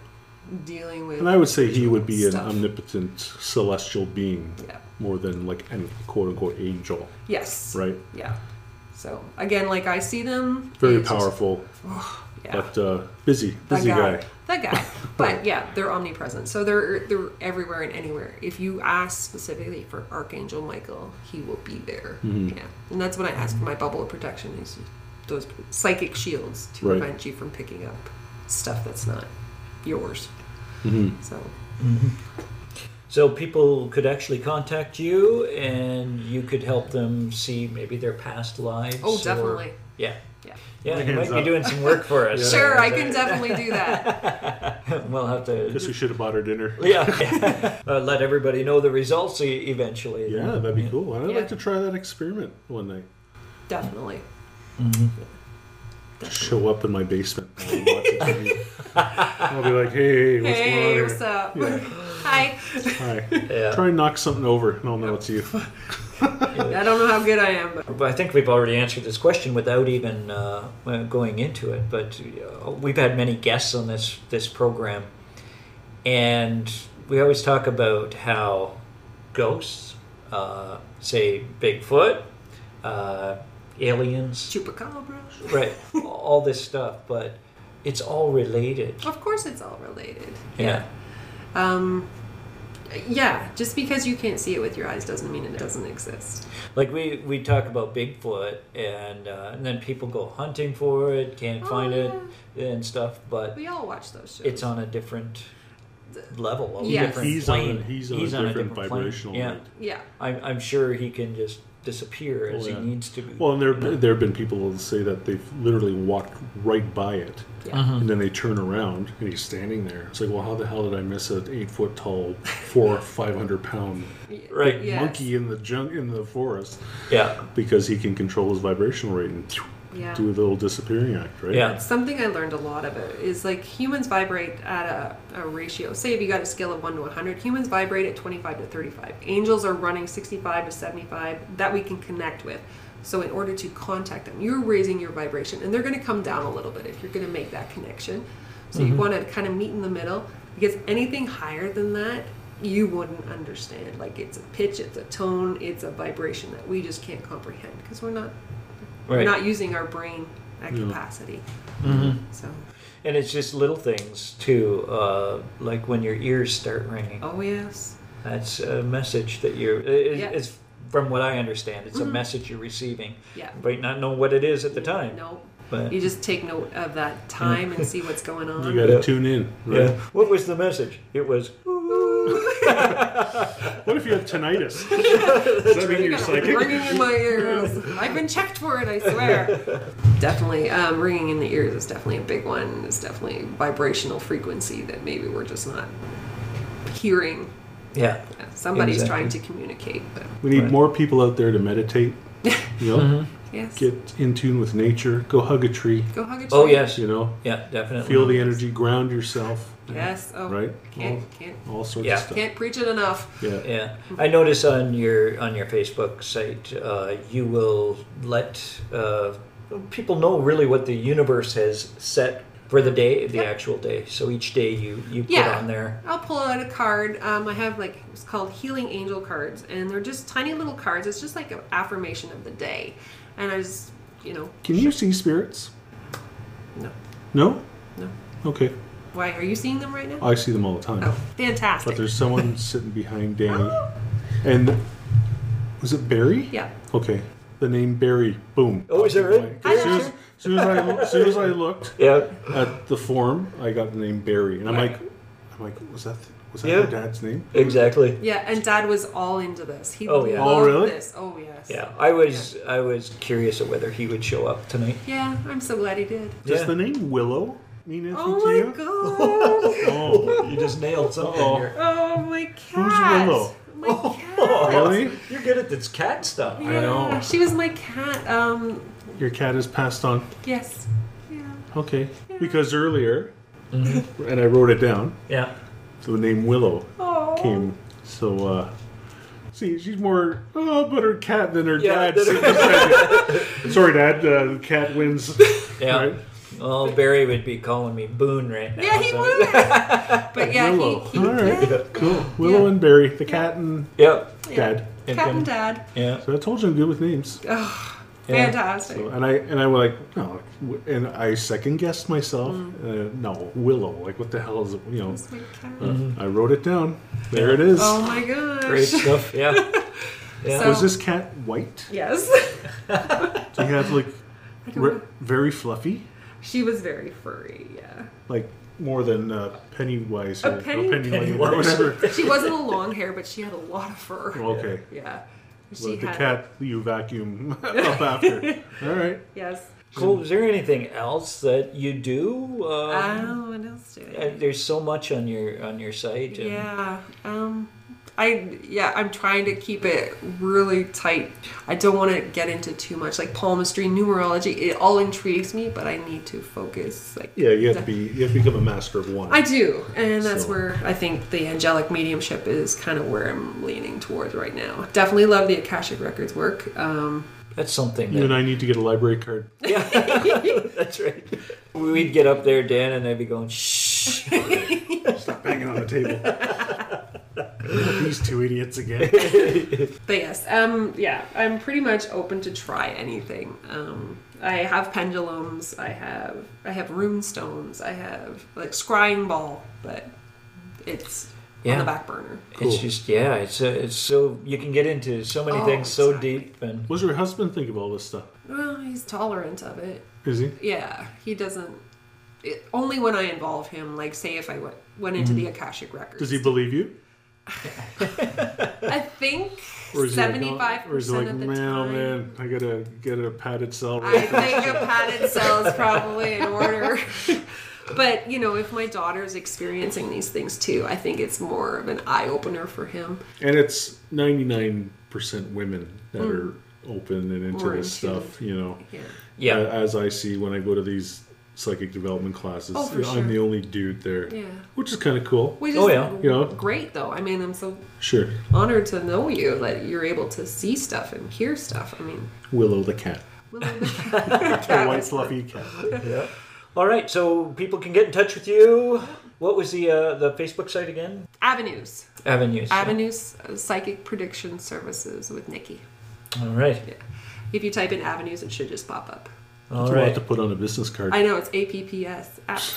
D: dealing with.
C: And I would say he would be an
D: Stuff.
C: omnipotent celestial being
D: Yeah.
C: more than like an quote unquote angel,
D: yes.
C: right?
D: Yeah. So again, like I see them.
C: Very
D: it's just-
C: powerful,
D: yeah.
C: but uh, busy,
D: that
C: busy
D: guy.
C: guy.
D: That guy. But yeah, they're omnipresent. So they're they're everywhere and anywhere. If you ask specifically for Archangel Michael, he will be there. Yeah. And that's when I asked for my bubble of protection is those psychic shields to
C: Right.
D: prevent you from picking up stuff that's not yours. So
B: So people could actually contact you, and you could help them see maybe their past lives.
D: Oh,
B: or-
D: definitely.
B: yeah.
D: yeah.
B: Yeah, you
C: Hands
B: might be
C: up.
B: doing some work for us.
D: Sure,
B: Uh,
D: I can definitely do that.
B: We'll have
C: Guess
B: to.
C: we should have bought her dinner.
B: Yeah, uh, let everybody know the results e- eventually.
C: Yeah, that'd be cool. I'd
D: Yeah.
C: like to try that experiment one night.
D: Definitely.
C: Just show up in my basement. while I'm watching TV. I'll be like, hey, what's going on
D: Hey,
C: here?
D: what's up?
C: Yeah.
D: Hi.
C: Hi.
B: Yeah.
C: Try and knock something over, and I'll know it's you.
D: I don't know how good I am, but
B: But I think we've already answered this question without even uh, uh, going into it. But uh, we've had many guests on this this program, and we always talk about how ghosts, uh, say Bigfoot, uh, aliens,
D: chupacabra.
B: right, all this stuff. But it's all related.
D: Of course, it's all related.
B: Yeah.
D: Um, yeah, just because you can't see it with your eyes doesn't mean it doesn't exist.
B: Like we, we talk about Bigfoot and uh, and then people go hunting for it, can't find
D: Oh,
B: it and stuff, but
D: We all watch those shows.
B: it's on a different level, a
D: Yes.
B: different
C: He's on
B: plane.
C: a, he's on a different,
B: plane.
C: vibrational
B: Yeah,
C: rate.
D: Yeah.
B: I'm, I'm sure he can just disappear as
C: Oh, yeah.
B: he needs to. Be.
C: Well, and there there have been people who say that they've literally walked right by it,
D: Yeah.
C: and then they turn around and he's standing there. It's like, well, how the hell did I miss an eight foot tall, four or five hundred pound
B: right?
D: Yeah. Yes.
C: monkey in the junk in the forest
B: Yeah,
C: because he can control his vibrational rate and
D: Yeah.
C: do a little disappearing act, right?
B: yeah,
D: Something I learned a lot about is like humans vibrate at a, a ratio. Say if you got a scale of 1 to 100, humans vibrate at 25 to 35. Angels are running 65 to 75 that we can connect with. So in order to contact them, you're raising your vibration and they're going to come down a little bit if you're going to make that connection. So you want to kind of meet in the middle because anything higher than that, you wouldn't understand. Like it's a pitch, it's a tone, it's a vibration that we just can't comprehend because we're not
B: right.
D: not using our brain at capacity. So,
B: and it's just little things too, uh, like when your ears start ringing.
D: oh yes,
B: That's a message that you're. It,
D: Yeah. Mm-hmm.
B: It's from what I understand, it's a message you're receiving.
D: Yeah.
B: you might not know what it is at the time.
D: no,
B: But-
D: you just take note of that time and see what's going on.
C: You got to
B: Yeah.
C: tune in. Right?
B: Yeah. What was the message? It was
C: What if you have tinnitus? Does that mean you're psychic?
D: ringing in my ears. I've been checked for it. I swear. definitely, um, ringing in the ears is definitely a big one. It's definitely vibrational frequency that maybe we're just not hearing.
B: yeah.
D: Somebody's
B: Exactly.
D: trying to communicate, but
C: We need
B: Right.
C: more people out there to meditate. You know,
D: yes,
C: get in tune with nature. Go hug a tree.
D: go hug a
B: Oh
D: tree.
B: yes.
C: You know,
B: Yeah, definitely.
C: feel the energy, ground yourself.
D: yes. Oh,
C: Right?
D: Can't
C: Well-
D: can't
C: All sorts
B: Yeah.
C: of stuff.
D: can't preach it enough.
C: Yeah.
B: Yeah,
D: Mm-hmm.
B: I notice on your on your Facebook site, uh, you will let uh, people know really what the universe has set for the day, the
D: Yep.
B: actual day. So each day you you put
D: Yeah.
B: on there.
D: I'll pull out a card. Um, I have like it's called Healing Angel cards, and they're just tiny little cards. It's just like an affirmation of the day, and I just you know
C: Can you see spirits?
D: no
C: No.
D: no.
C: Okay.
D: Why are you seeing them right now?
C: I see them all the time.
D: Oh,
C: Uh, But
D: fantastic!
C: there's someone sitting behind Danny. And was it Barry?
D: yeah,
C: Okay. The name Barry. Boom.
B: Oh, is that right?
D: Hi,
C: As soon as,
D: Barry.
C: soon as I soon as I looked
B: Yeah,
C: at the form, I got the name Barry, and I'm
B: Right.
C: like, I'm like, was that was that
B: Yeah.
C: your dad's name?
B: exactly.
D: yeah. And Dad was all into this. He
B: Oh,
D: oh,
B: yeah.
D: yeah.
C: Oh, really?
D: this. Oh yes.
B: Yeah, I was I was curious of whether he would show up tonight.
D: Yeah, I'm so glad he did.
C: Does
B: Yeah.
C: the name Willow mean anything
D: Oh
C: to you?
D: my god!
C: Oh,
B: You just nailed something.
C: Uh-oh.
B: You're,
D: oh my cat!
C: Willow?
D: My cat!
C: really?
B: you're good at this cat stuff.
C: I know.
D: Yeah, She was my cat. Um,
C: Your cat has passed on.
D: yes. Yeah. Mm-hmm.
C: Okay. Because earlier, and I wrote it down.
B: Yeah.
C: The name Willow
D: Oh.
C: came. So, uh, see, she's more oh, but her cat than her
B: Yeah,
C: dad.
B: than her-
C: sitting beside you. Sorry, Dad. Uh, the cat wins.
B: Yeah.
C: Right?
B: Well, Barry would be calling me Boone right now.
D: Yeah, he
B: so-
D: would. but yeah,
C: Willow.
D: he, he
C: All right.
D: yeah,
C: Cool. Willow
D: Yeah.
C: and Barry, the cat and
B: Yep.
D: yeah.
C: dad.
D: Cat and dad.
B: Yeah.
C: So I told you I'm good with names.
D: Fantastic.
C: So, and I and I was like no, and I second guessed myself.
D: Mm.
C: Uh, no, Willow. Like what the hell is it? You know,
D: Sweet cat.
C: I wrote it down. There it is.
D: Mm. Oh my gosh.
B: Great stuff. Yeah. Yeah.
D: So-
C: Was this cat white?
D: Yes.
C: Do you have like
D: don't
C: re-
D: know.
C: very fluffy,
D: she was very furry, yeah.
C: like more than uh, Pennywise
D: A
C: or,
D: Oh, penny-
C: or Pennywise or
B: Pennywise.
C: whatever?
D: She wasn't a long hair, but she had a lot of fur.
C: okay.
D: Yeah. She
C: Well, the
D: had,
C: cat you vacuum up after. All right.
D: Yes.
B: Cool. Is there anything else that you do? Um,
D: Oh, what else did I
B: uh, there's so much on your on your site. And,
D: Yeah. Um I yeah, I'm trying to keep it really tight. I don't want to get into too much like palmistry, numerology. It all intrigues me, but I need to focus. Like
C: Yeah, you have to be. You have to become a master of one.
D: I do, and that's
C: So-
D: where I think the angelic mediumship is kind of where I'm leaning towards right now. Definitely love the Akashic Records work. Um,
B: That's something.
C: you and
B: That,
C: I need to get a library card.
B: that's right. We'd get up there, Dan, and I'd be going shh.
C: Stop banging on the table. These two idiots again.
D: But yes, um, yeah, I'm pretty much open to try anything. Um, I have pendulums. I have I have rune stones. I have like scrying ball, but it's on
B: Yeah.
D: the back burner.
C: Cool.
B: It's just yeah. It's a, it's so you can get into so many
D: Oh,
B: things so
D: exactly.
B: deep and
C: What does your husband think of all this stuff?
D: Well, he's tolerant of it.
C: Is he?
D: Yeah, he doesn't. It, only when I involve him, like say if I went, went into the Akashic Records.
C: Does he believe you?
D: I think
C: is he like, no-
D: seventy-five
C: or is he
D: percent
C: like,
D: of the
C: man, oh,
D: time.
C: man, I gotta get a padded cell.
D: I think a padded cell is probably in order. but you know, if my daughter's experiencing these things too, I think it's more of an eye opener for him.
C: And it's 99% women that are open and into
D: Hmm. Or
C: this
D: into it.
C: stuff, you know.
D: Yeah.
B: yeah.
C: A- As I see when I go to these psychic development classes,
D: Oh, for
C: you know, I'm
D: sure.
C: the only dude there,
D: Yeah.
C: which is kind of cool.
D: Which is
B: Oh, yeah.
C: You know?
D: great though. I mean, I'm so
C: Sure.
D: honored to know you that you're able to see stuff and hear stuff. I mean,
C: Willow the cat.
D: Willow the cat-
C: The
D: cat
C: white
D: was-
C: fluffy cat.
B: yeah. All right, so people can get in touch with you. What was the uh, the Facebook site again?
D: Avenues.
B: Avenues.
D: Avenues uh, Psychic Prediction Services with Nikki.
B: All right.
D: If you type in Avenues, it should just pop up.
B: All
C: That's a lot
B: right.
C: to put on a business card.
D: I know it's APPS. apps.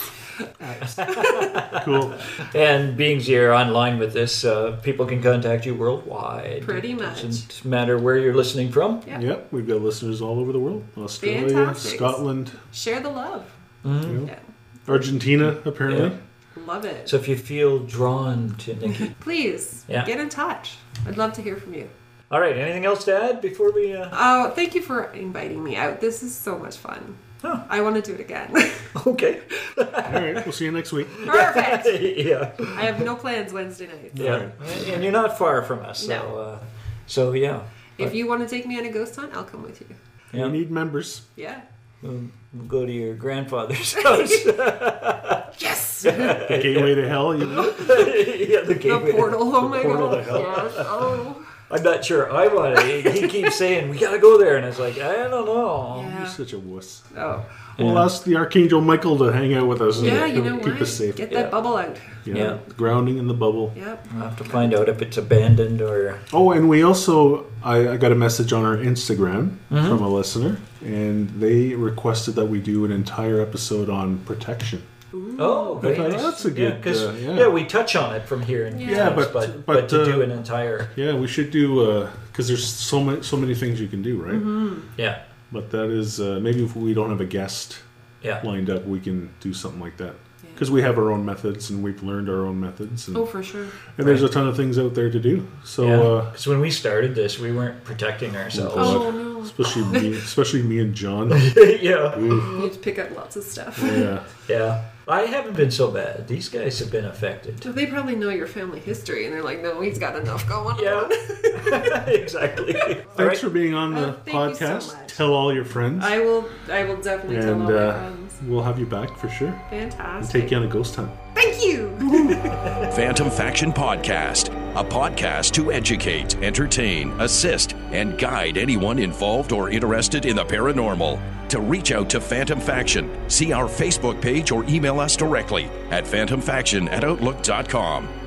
C: cool.
B: And being you're online with this, uh, people can contact you worldwide.
D: Pretty
B: It
D: much.
B: Doesn't matter where you're listening from.
D: Yeah.
C: Yep, we've got listeners all over the world Australia,
D: Fantastic.
C: Scotland,
D: Share the love.
C: you know,
D: Yeah.
C: Argentina, apparently.
B: Yeah.
D: Love it.
B: Mm-hmm. So if you feel drawn to Nikki.
D: Please
B: Yeah.
D: get in touch. I'd love to hear from you.
B: All right. Anything else to add before we? Uh...
D: Oh, thank you for inviting me out. This is so much fun.
B: Huh.
D: I want to do it again.
B: Okay.
C: All right, we'll see you next week.
D: Perfect.
B: yeah.
D: I have no plans Wednesday nights.
B: Yeah. And you're not far from us. So,
D: No.
B: uh, so yeah.
D: If you want to take me on a ghost hunt, I'll come with you.
B: Yeah.
C: We need members.
D: Yeah.
B: We'll go to your grandfather's house.
D: Yes.
C: The gateway to hell, you know?
B: yeah, the
D: The
B: gateway.
D: portal. Oh my
B: portal to
D: god.
B: hell.
D: Yes. Oh.
B: I'm not sure I want to. He keeps saying we gotta go there, and it's like I don't know.
D: Yeah.
C: You're such a wuss.
D: Oh.
C: We'll ask the Archangel Michael to hang out with us and
D: Yeah. You
C: he'll
D: know
C: keep
D: what?
C: us safe.
D: Get
B: Yeah.
D: that bubble out.
C: Yeah.
B: Yeah.
C: Grounding in the bubble.
D: Yep.
B: I'll have to find out if it's abandoned or
C: Oh, and we also, I, I got a message on our Instagram from a listener, and they requested that we do an entire episode on protection.
B: oh, very
C: thought
B: nice.
C: that's a
B: yeah,
C: good,
B: 'cause-
C: uh, yeah.
B: yeah, we touch on it from here and
D: Yeah,
B: times,
C: but-
B: but,
C: but,
B: but to
C: uh,
B: do an entire
C: Yeah, we should do, because there's so many, so many things you can do, right?
D: Mm-hmm.
B: yeah
C: But that is, uh, maybe if we don't have a guest
B: yeah
C: lined up, we can do something like that. Because we have our own methods and we've learned our own methods. And,
D: Oh, for sure.
C: and there's a ton of things out there to do. So, uh,
B: because when we started this, we weren't protecting ourselves.
C: Oh,
D: Oh no.
C: Especially me, especially me and John.
B: yeah,
D: You need to pick up lots of stuff.
C: Yeah.
B: yeah. I haven't been so bad. These guys have been affected.
D: So they probably know your family history, and they're like, "No, he's got enough going
B: Yeah,
D: on."
B: exactly. All right.
C: Thanks for being on the
D: Oh, thank you so
C: podcast.
D: much.
C: Tell all your friends,
D: I will. I will definitely tell all
C: and
D: my
C: uh,
D: friends.
C: we'll have you back for sure. And
D: Fantastic.
C: take you on a ghost hunt.
D: Thank you.
A: Phantom Faction Podcast, a podcast to educate, entertain, assist, and guide anyone involved or interested in the paranormal. To reach out to Phantom Faction, see our Facebook page or email us directly at phantomfaction at outlook.com.